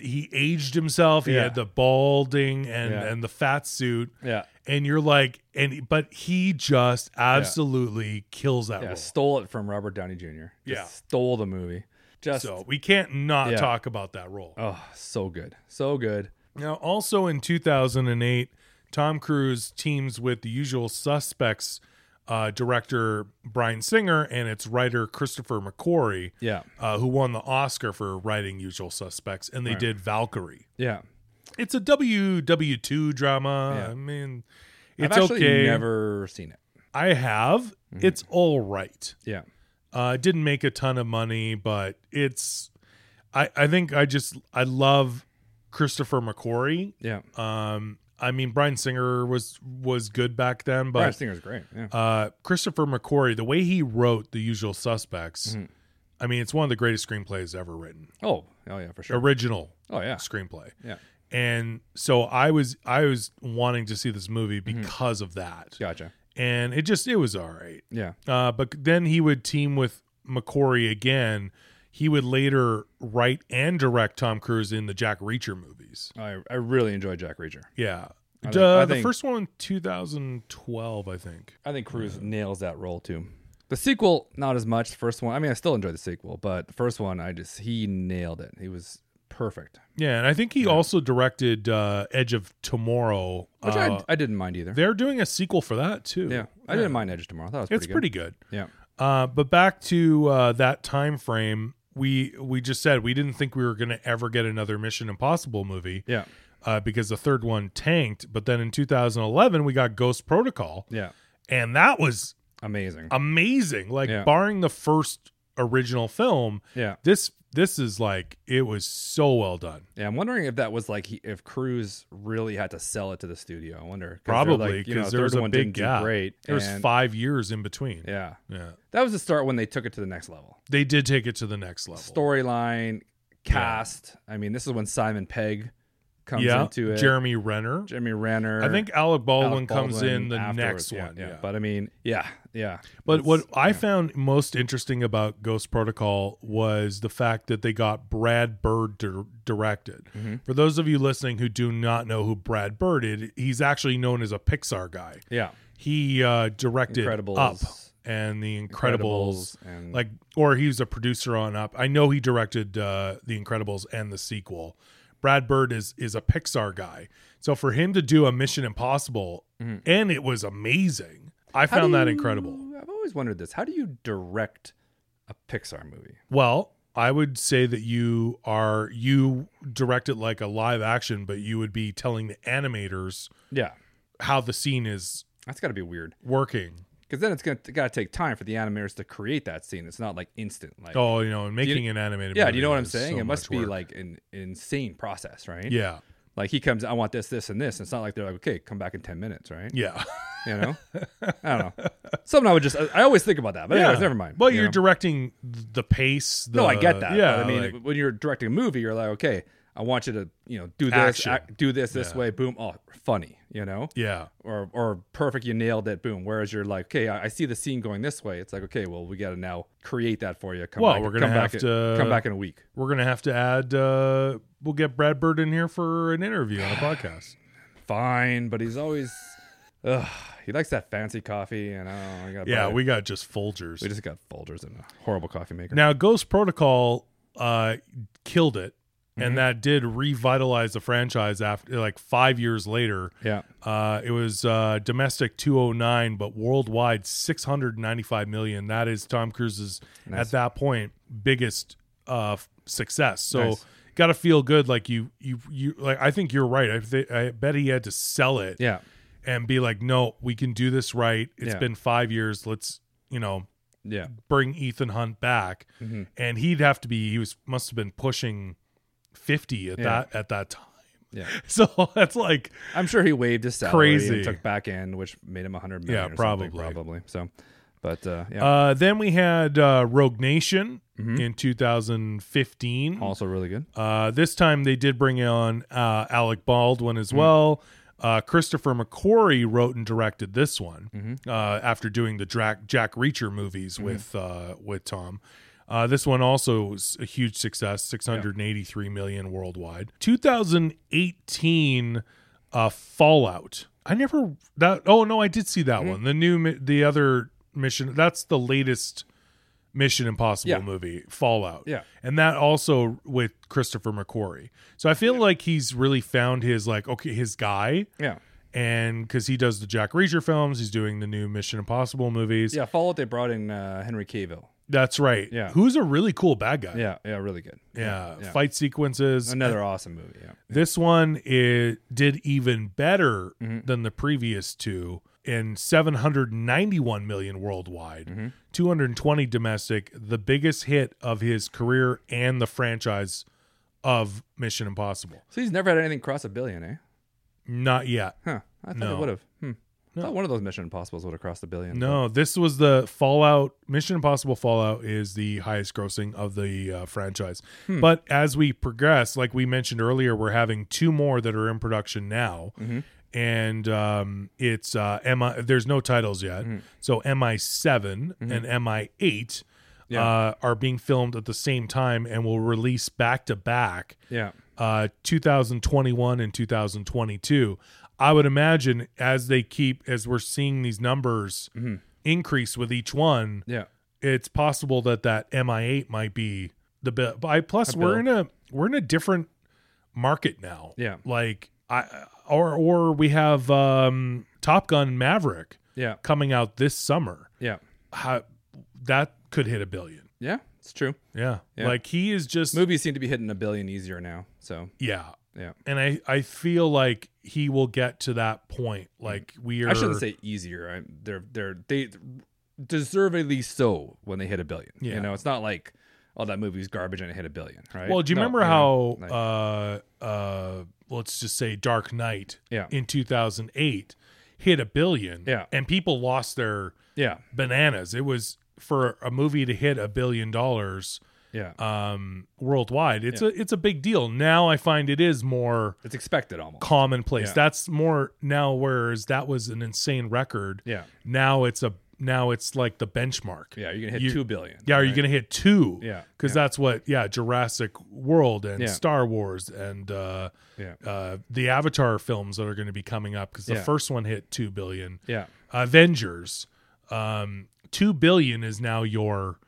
S1: he aged himself. He
S2: Yeah.
S1: had the balding and
S2: Yeah.
S1: and the fat suit
S2: Yeah,
S1: and you're like and but he just absolutely kills that
S2: yeah.
S1: role.
S2: Stole it from Robert Downey Jr. Just
S1: Yeah.
S2: stole the movie. Just
S1: So we can't not
S2: Yeah.
S1: talk about that role.
S2: Oh, so good. So good.
S1: Now also in 2008, Tom Cruise teams with The Usual Suspects uh, director Brian Singer and its writer Christopher McQuarrie,
S2: Yeah.
S1: uh, who won the Oscar for writing Usual Suspects, and they did Valkyrie.
S2: Yeah.
S1: It's a WW2 drama.
S2: Yeah.
S1: I mean, it's
S2: I've actually
S1: okay.
S2: never seen it.
S1: I have. It's all right.
S2: Yeah.
S1: Uh, it didn't make a ton of money, but it's. I I think I just I love Christopher McQuarrie.
S2: Yeah.
S1: Um, I mean Brian Singer was was good back then,
S2: Brian
S1: but
S2: Singer's great. Yeah.
S1: uh, Christopher McQuarrie, the way he wrote The Usual Suspects,
S2: Mhm.
S1: I mean it's one of the greatest screenplays ever written,
S2: Oh, oh yeah, for sure.
S1: original
S2: Oh yeah.
S1: screenplay.
S2: Yeah.
S1: And so I was I was wanting to see this movie
S2: Mm-hmm.
S1: because of that,
S2: Gotcha.
S1: and it just it was all right.
S2: Yeah.
S1: Uh, but then he would team with McCory again. He would later write and direct Tom Cruise in the Jack Reacher movies.
S2: I, I really enjoy Jack Reacher.
S1: Yeah.
S2: I think-
S1: Duh,
S2: I
S1: the
S2: think-
S1: first one, 2012, I think.
S2: I think Cruz nails that role too. The sequel, not as much. The first one, I mean, I still enjoy the sequel, but the first one, I just he nailed it. He was perfect,
S1: Yeah, and I think he also directed uh, Edge of Tomorrow.
S2: which
S1: Uh,
S2: I, I didn't mind either.
S1: they're doing a sequel for that too.
S2: Yeah, I didn't mind Edge of Tomorrow. That was
S1: It's
S2: pretty good.
S1: pretty good.
S2: yeah,
S1: Uh, but back to uh, that time frame, we we just said we didn't think we were going to ever get another Mission Impossible movie.
S2: yeah,
S1: uh, because the third one tanked. But then in 2011, we got Ghost Protocol,
S2: yeah.
S1: and that was
S2: Amazing.
S1: Uh, amazing. Like,
S2: Yeah.
S1: barring the first original film,
S2: yeah,
S1: this this is like it was so well done.
S2: Yeah, I'm wondering if that was like he, if Cruz really had to sell it to the studio. I wonder 'Cause they're
S1: Probably
S2: like,
S1: because
S2: you know,
S1: there was
S2: third
S1: a
S2: one
S1: big
S2: didn't do
S1: gap.
S2: Great.
S1: There was
S2: and-
S1: five years in between.
S2: Yeah,
S1: Yeah.
S2: that was the start when they took it to the next level.
S1: they did take it to the next level.
S2: Storyline, cast. I mean, this is when Simon Pegg comes
S1: yeah,
S2: into it.
S1: Jeremy Renner.
S2: Jeremy Renner.
S1: I think Alec Baldwin,
S2: Alec
S1: comes in the next
S2: afterwards. Yeah,
S1: one.
S2: Yeah.
S1: yeah.
S2: but I mean, yeah, yeah.
S1: But what
S2: It's-
S1: I found most interesting about Ghost Protocol was the fact that they got Brad Bird dir- directed.
S2: mm-hmm.
S1: For those of you listening who do not know who Brad Bird is, he's actually known as a Pixar guy.
S2: yeah,
S1: He uh, directed
S2: Incredibles,
S1: Up and The Incredibles,
S2: and
S1: like, or he was a producer on Up. I know he directed uh, The Incredibles and the sequel. Brad Bird is is a Pixar guy, so for him to do a Mission Impossible and it was amazing. I
S2: Mm-hmm. How do
S1: found that
S2: you-
S1: incredible.
S2: I've always wondered this. How do you direct a Pixar movie?
S1: Well, I would say that you are you direct it like a live action, but you would be telling the animators
S2: Yeah,
S1: how the scene is
S2: that's got to be weird.
S1: working.
S2: Because then it's gonna gotta take time for the animators to create that scene. It's not like instant. Like
S1: Oh, you know, and making an animated.
S2: yeah,
S1: movie
S2: do you know what I'm
S1: is so
S2: saying? it
S1: much
S2: must be
S1: work.
S2: like an insane process, right?
S1: yeah,
S2: Like he comes, I want this, this, and this. It's not like they're like, okay, come back in ten minutes, right?
S1: yeah,
S2: You know, I don't know. Something I would just, I, I always think about that. But anyways,
S1: yeah.
S2: never mind.
S1: Well,
S2: you
S1: you're
S2: know?
S1: directing the pace. The,
S2: no, I get that.
S1: Yeah,
S2: but I mean,
S1: like-
S2: when you're directing a movie, you're like, okay, I want you to, you know, do this,
S1: Action.
S2: act, do this this
S1: Yeah.
S2: way, boom. Oh, funny, you know,
S1: yeah,
S2: or or perfect, you nailed it, boom. Whereas you're like, okay, I, I see the scene going this way. It's like, okay, well, we got to now create that for you. Come
S1: Well,
S2: back,
S1: we're gonna
S2: come back
S1: have
S2: in-
S1: to- uh,
S2: come back in a week.
S1: we're gonna have to add. uh We'll get Brad Bird in here for an interview on a podcast.
S2: Fine, but he's always, ugh, he likes that fancy coffee, and I don't know. I gotta
S1: Yeah,
S2: buy it.
S1: we got just Folgers.
S2: we just got Folgers and a horrible coffee maker.
S1: Now, Ghost Protocol uh, killed it,
S2: Mm-hmm.
S1: and that did revitalize the franchise after like five years later.
S2: yeah,
S1: Uh, it was uh, domestic 209, but worldwide 695 million. That is Tom Cruise's
S2: Nice.
S1: at that point biggest uh, f- success. So.
S2: Nice.
S1: Got to feel good, like you, you, you. Like I think you're right. I, th- I bet he had to sell it
S2: yeah.
S1: and be like, "No, we can do this right. It's
S2: Yeah.
S1: been five years. Let's, you know,
S2: Yeah,
S1: bring Ethan Hunt back,
S2: Mhm.
S1: and he'd have to be he was must have been pushing fifty at
S2: Yeah.
S1: that at that time.
S2: yeah.
S1: So that's like
S2: I'm sure he waived his salary
S1: Crazy.
S2: and took back end, which made him 100 million.
S1: Yeah,
S2: or something,
S1: probably.
S2: probably. So, but uh, yeah,
S1: uh, then we had uh, Rogue Nation
S2: Mhm.
S1: in 2015.
S2: also really good.
S1: Uh, this time they did bring on uh, Alec Baldwin as well. Uh, Christopher McQuarrie wrote and directed this one
S2: Mhm.
S1: uh, after doing the Jack, Jack Reacher movies with uh, with Tom. Uh, this one also was a huge success, six hundred and eighty three million worldwide. 2018 uh, Fallout. I never that. Oh no, I did see that one. The new mi- the other mission. That's the latest Mission Impossible
S2: Yeah.
S1: movie, Fallout.
S2: Yeah.
S1: And that also with Christopher McQuarrie. So I feel like he's really found his like okay, his guy.
S2: Yeah,
S1: And because he does the Jack Reacher films, he's doing the new Mission Impossible movies.
S2: yeah. Fallout they brought in uh, Henry Cavill.
S1: That's right.
S2: Yeah.
S1: Who's a really cool bad guy.
S2: Yeah, yeah, really good.
S1: Yeah.
S2: yeah.
S1: Fight sequences.
S2: Another awesome movie. Yeah,
S1: This one it did even better
S2: Mm-hmm.
S1: than the previous two in 791 million worldwide,
S2: Mm-hmm.
S1: 220 domestic, the biggest hit of his career and the franchise of Mission Impossible.
S2: so he's never had anything cross a billion, eh?
S1: Not yet.
S2: Huh? I thought
S1: No.
S2: it would have. Hmm. I thought one of those Mission Impossible's would have crossed a billion.
S1: No, this was the Fallout Mission Impossible Fallout is the highest grossing of the uh, franchise. But as we progress, like we mentioned earlier, we're having two more that are in production now. And um, it's uh, MI. There's no titles yet, so MI7 and MI8
S2: Yeah.
S1: uh, are being filmed at the same time and will release back to back
S2: Yeah,
S1: uh, 2021 and 2022. I would imagine as they keep, as we're seeing these numbers
S2: Mm-hmm.
S1: increase with each one,
S2: yeah.
S1: it's possible that that MI8 might be the best. Plus,
S2: A
S1: we're
S2: bill.
S1: in a we're in a different market now.
S2: Yeah.
S1: like I or or we have um, Top Gun Maverick
S2: Yeah,
S1: coming out this summer.
S2: yeah,
S1: How, that could hit a billion.
S2: yeah. It's true.
S1: Yeah.
S2: Yeah.
S1: like he is just
S2: Movies seem to be hitting a billion easier now. So
S1: yeah
S2: yeah,
S1: and I I feel like he will get to that point. Like we are.
S2: Mm. I shouldn't say easier. I, they're they're they deservedly so when they hit a billion.
S1: Yeah.
S2: You know, it's not like oh, that movie was garbage and it hit a billion, right?
S1: Well, do you
S2: No,
S1: remember
S2: you know,
S1: how?
S2: like-
S1: uh, uh, let's just say Dark Knight
S2: Yeah.
S1: in 2008 hit a billion.
S2: Yeah.
S1: and people lost their
S2: yeah,
S1: bananas. It was for a movie to hit a billion dollars
S2: yeah,
S1: um, worldwide. It's a it's a big deal. Now I find it is more
S2: it's expected almost.
S1: commonplace.
S2: Yeah.
S1: That's more now. Whereas that was an insane record.
S2: Yeah,
S1: Now it's a now it's like the benchmark.
S2: yeah, you're gonna hit
S1: You-
S2: two billion.
S1: Yeah, are you
S2: right?
S1: going to hit two?
S2: Yeah,
S1: because that's what yeah Jurassic World and
S2: Yeah.
S1: Star Wars and uh,
S2: Yeah,
S1: uh, the Avatar films that are going to be coming up because the
S2: Yeah.
S1: first one hit two billion.
S2: yeah,
S1: Avengers, um, two billion is now your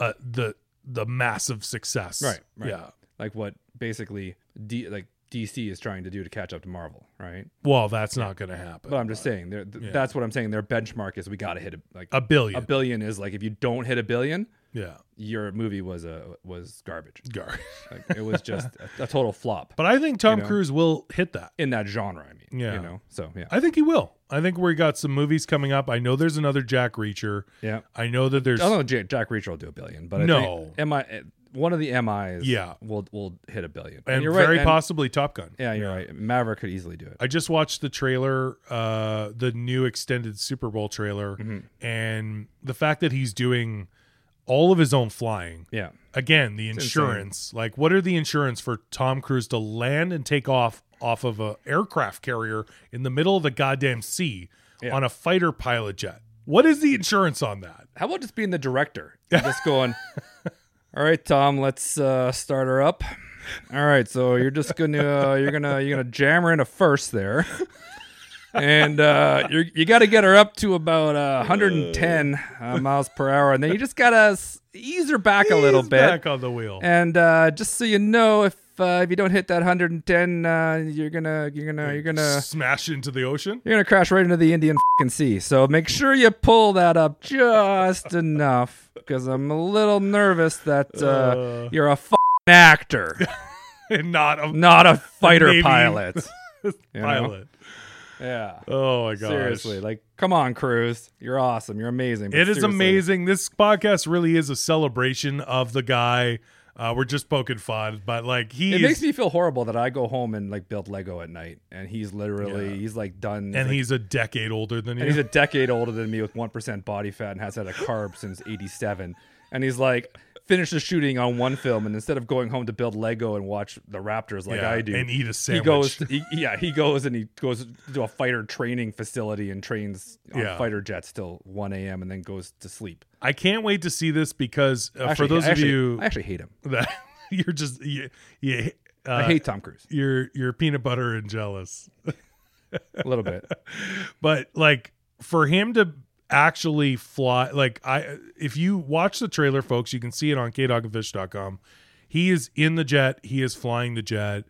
S1: uh, the the massive success.
S2: Mm. Right, right.
S1: Yeah.
S2: like what basically D like DC is trying to do to catch up to Marvel, right?
S1: Well, that's not going to happen.
S2: But I'm just saying, they're, th- that's what I'm saying. Their benchmark is we gotta hit a, like
S1: a billion.
S2: a billion is like if you don't hit a billion,
S1: yeah.
S2: your movie was a was garbage.
S1: Gar.
S2: Like it was just a, a total flop
S1: But I think Tom
S2: know?
S1: Cruise will hit that.
S2: in that genre. I mean,
S1: Yeah.
S2: you know, so yeah,
S1: I think he will. I think we got some movies coming up. I know there's another Jack Reacher.
S2: yeah.
S1: I know that there's
S2: I don't know. Jack, Jack Reacher will do a billion, but I
S1: No.
S2: think MI one of the MIs,
S1: Yeah.
S2: will will hit a billion.
S1: and
S2: you're
S1: very
S2: right. and-
S1: possibly Top Gun.
S2: yeah, you're right. Maverick could easily do it.
S1: I just watched the trailer, uh, the new extended Super Bowl trailer,
S2: Mm-hmm.
S1: and the fact that he's doing all of his own flying.
S2: Yeah,
S1: Again, the
S2: insane.
S1: insurance. Like, what are the insurance for Tom Cruise to land and take off off of a aircraft carrier in the middle of the goddamn sea
S2: Yeah.
S1: on a fighter pilot jet? What is the insurance on that?
S2: how about just being the director, And just going. All right, Tom, let's uh, start her up. All right, so you're just gonna uh, you're gonna you're gonna jam her in a first there, and uh, you're, you got to get her up to about uh, 110 uh, miles per hour, and then you just gotta s- ease her back a little
S1: He's
S2: bit.
S1: back on the wheel.
S2: And uh, just so you know, if uh, if you don't hit that 110, uh, you're gonna you're gonna you're gonna
S1: Smash into the ocean.
S2: you're gonna crash right into the Indian fing sea. So make sure you pull that up just enough, because I'm a little nervous that uh,
S1: Uh.
S2: you're a fing actor,
S1: and Uh, not a
S2: not a fighter
S1: Navy
S2: pilot. You know?
S1: pilot.
S2: Yeah.
S1: Oh my gosh.
S2: Seriously, like, come on, Cruz. You're awesome. You're amazing. but
S1: It is
S2: seriously.
S1: amazing. This podcast really is a celebration of the guy. Uh, we're just poking fun, but like he
S2: It
S1: is,
S2: makes me feel horrible that I go home and like build Lego at night, and he's literally he's like
S1: and
S2: done. like,
S1: he's a decade older than you.
S2: and he's a decade older than me with 1% body fat and has had a carb since 87 and he's like finishes shooting on one film and instead of going home to build lego and watch the raptors like
S1: Yeah,
S2: i do
S1: and eat a
S2: he
S1: sandwich.
S2: goes he, yeah he goes and he goes to a fighter training facility and trains on
S1: Yeah.
S2: fighter jets till 1 a.m and then goes to sleep
S1: I can't wait to see this because uh,
S2: Actually,
S1: for those
S2: I actually-
S1: of you
S2: i actually hate him
S1: that you're just you, you uh,
S2: i hate tom cruise
S1: you're you're peanut butter and jealous,
S2: a little bit
S1: but like for him to actually fly, like I if you watch the trailer, folks, you can see it on kdogfish.com. He is in the jet. He is flying the jet.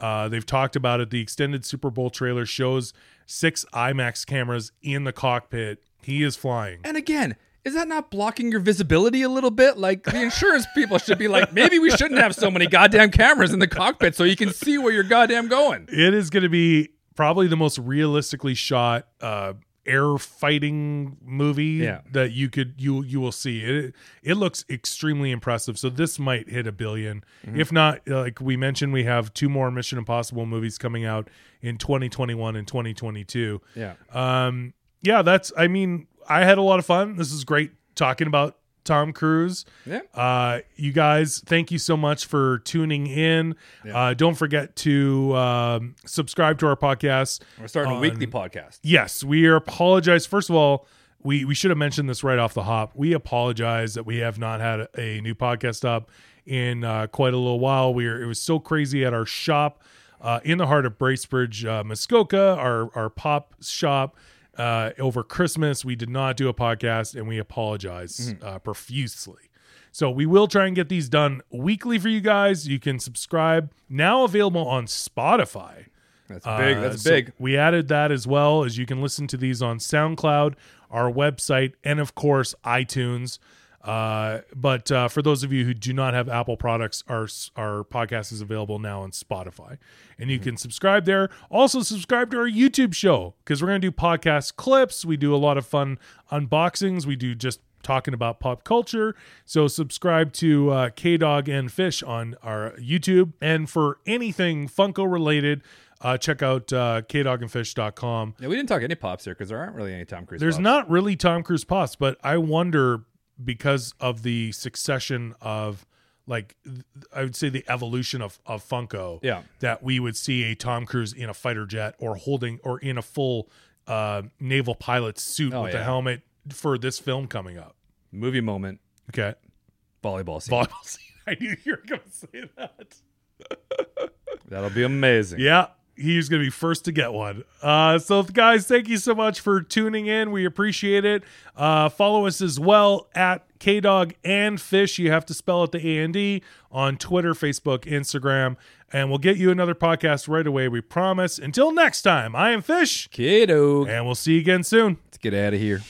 S1: Uh, they've talked about it. The extended Super Bowl trailer shows six IMAX cameras in the cockpit. He is flying.
S2: and again is that not blocking your visibility a little bit? Like the insurance people should be like, maybe we shouldn't have so many goddamn cameras in the cockpit so you can see where you're goddamn going.
S1: It is going to be probably the most realistically shot uh, air fighting movie
S2: Yeah.
S1: that you could you you will see. It it looks extremely impressive. So this might hit a 1000000000 If not, like we mentioned, we have two more Mission Impossible movies coming out in 2021 and 2022.
S2: Yeah.
S1: Um, yeah, that's. I mean, I had a lot of fun. This is great talking about Tom Cruise.
S2: Yeah.
S1: Uh, you guys, thank you so much for tuning in.
S2: Yeah.
S1: Uh, don't forget to um, subscribe to our podcast.
S2: We're starting a
S1: on-
S2: weekly podcast.
S1: Yes, we apologize. First of all, we we should have mentioned this right off the hop. We apologize that we have not had a new podcast up in uh, quite a little while. We were, it was so crazy at our shop uh, in the heart of Bracebridge, uh, Muskoka, our our pop shop. Uh, over Christmas, we did not do a podcast, and we apologize uh, profusely. So we will try and get these done weekly for you guys. You can subscribe now available on Spotify.
S2: That's big.
S1: Uh,
S2: That's
S1: so
S2: big.
S1: we added that as well as you can listen to these on SoundCloud, our website, and of course iTunes. Uh, but uh, for those of you who do not have Apple products, our our podcast is available now on Spotify, and
S2: Mm-hmm.
S1: you can subscribe there. Also, subscribe to our YouTube show because we're gonna do podcast clips. We do a lot of fun unboxings. We do just talking about pop culture. So subscribe to uh, K Dog and Fish on our YouTube, and for anything Funko related. Uh, check out uh, kdogandfish.com.
S2: Yeah, we didn't talk any pops here because there aren't really any Tom Cruise.
S1: There's
S2: pops.
S1: not really Tom Cruise pops, but I wonder because of the succession of like th- I would say the evolution of of Funko
S2: Yeah.
S1: that we would see a Tom Cruise in a fighter jet or holding or in a full uh naval pilot suit
S2: Oh,
S1: with a
S2: yeah.
S1: helmet for this film coming up.
S2: Movie moment.
S1: Okay.
S2: Volleyball scene.
S1: Volleyball scene. I knew you were going to say that.
S2: That'll be amazing.
S1: Yeah, he's going to be first to get one. Uh, so, guys, thank you so much for tuning in. We appreciate it. Uh, follow us as well at KDog and Fish. You have to spell it the A and D on Twitter, Facebook, Instagram, and we'll get you another podcast right away. We promise. Until next time, I am Fish,
S2: Kiddo.
S1: and we'll see you again soon.
S2: Let's get out of here.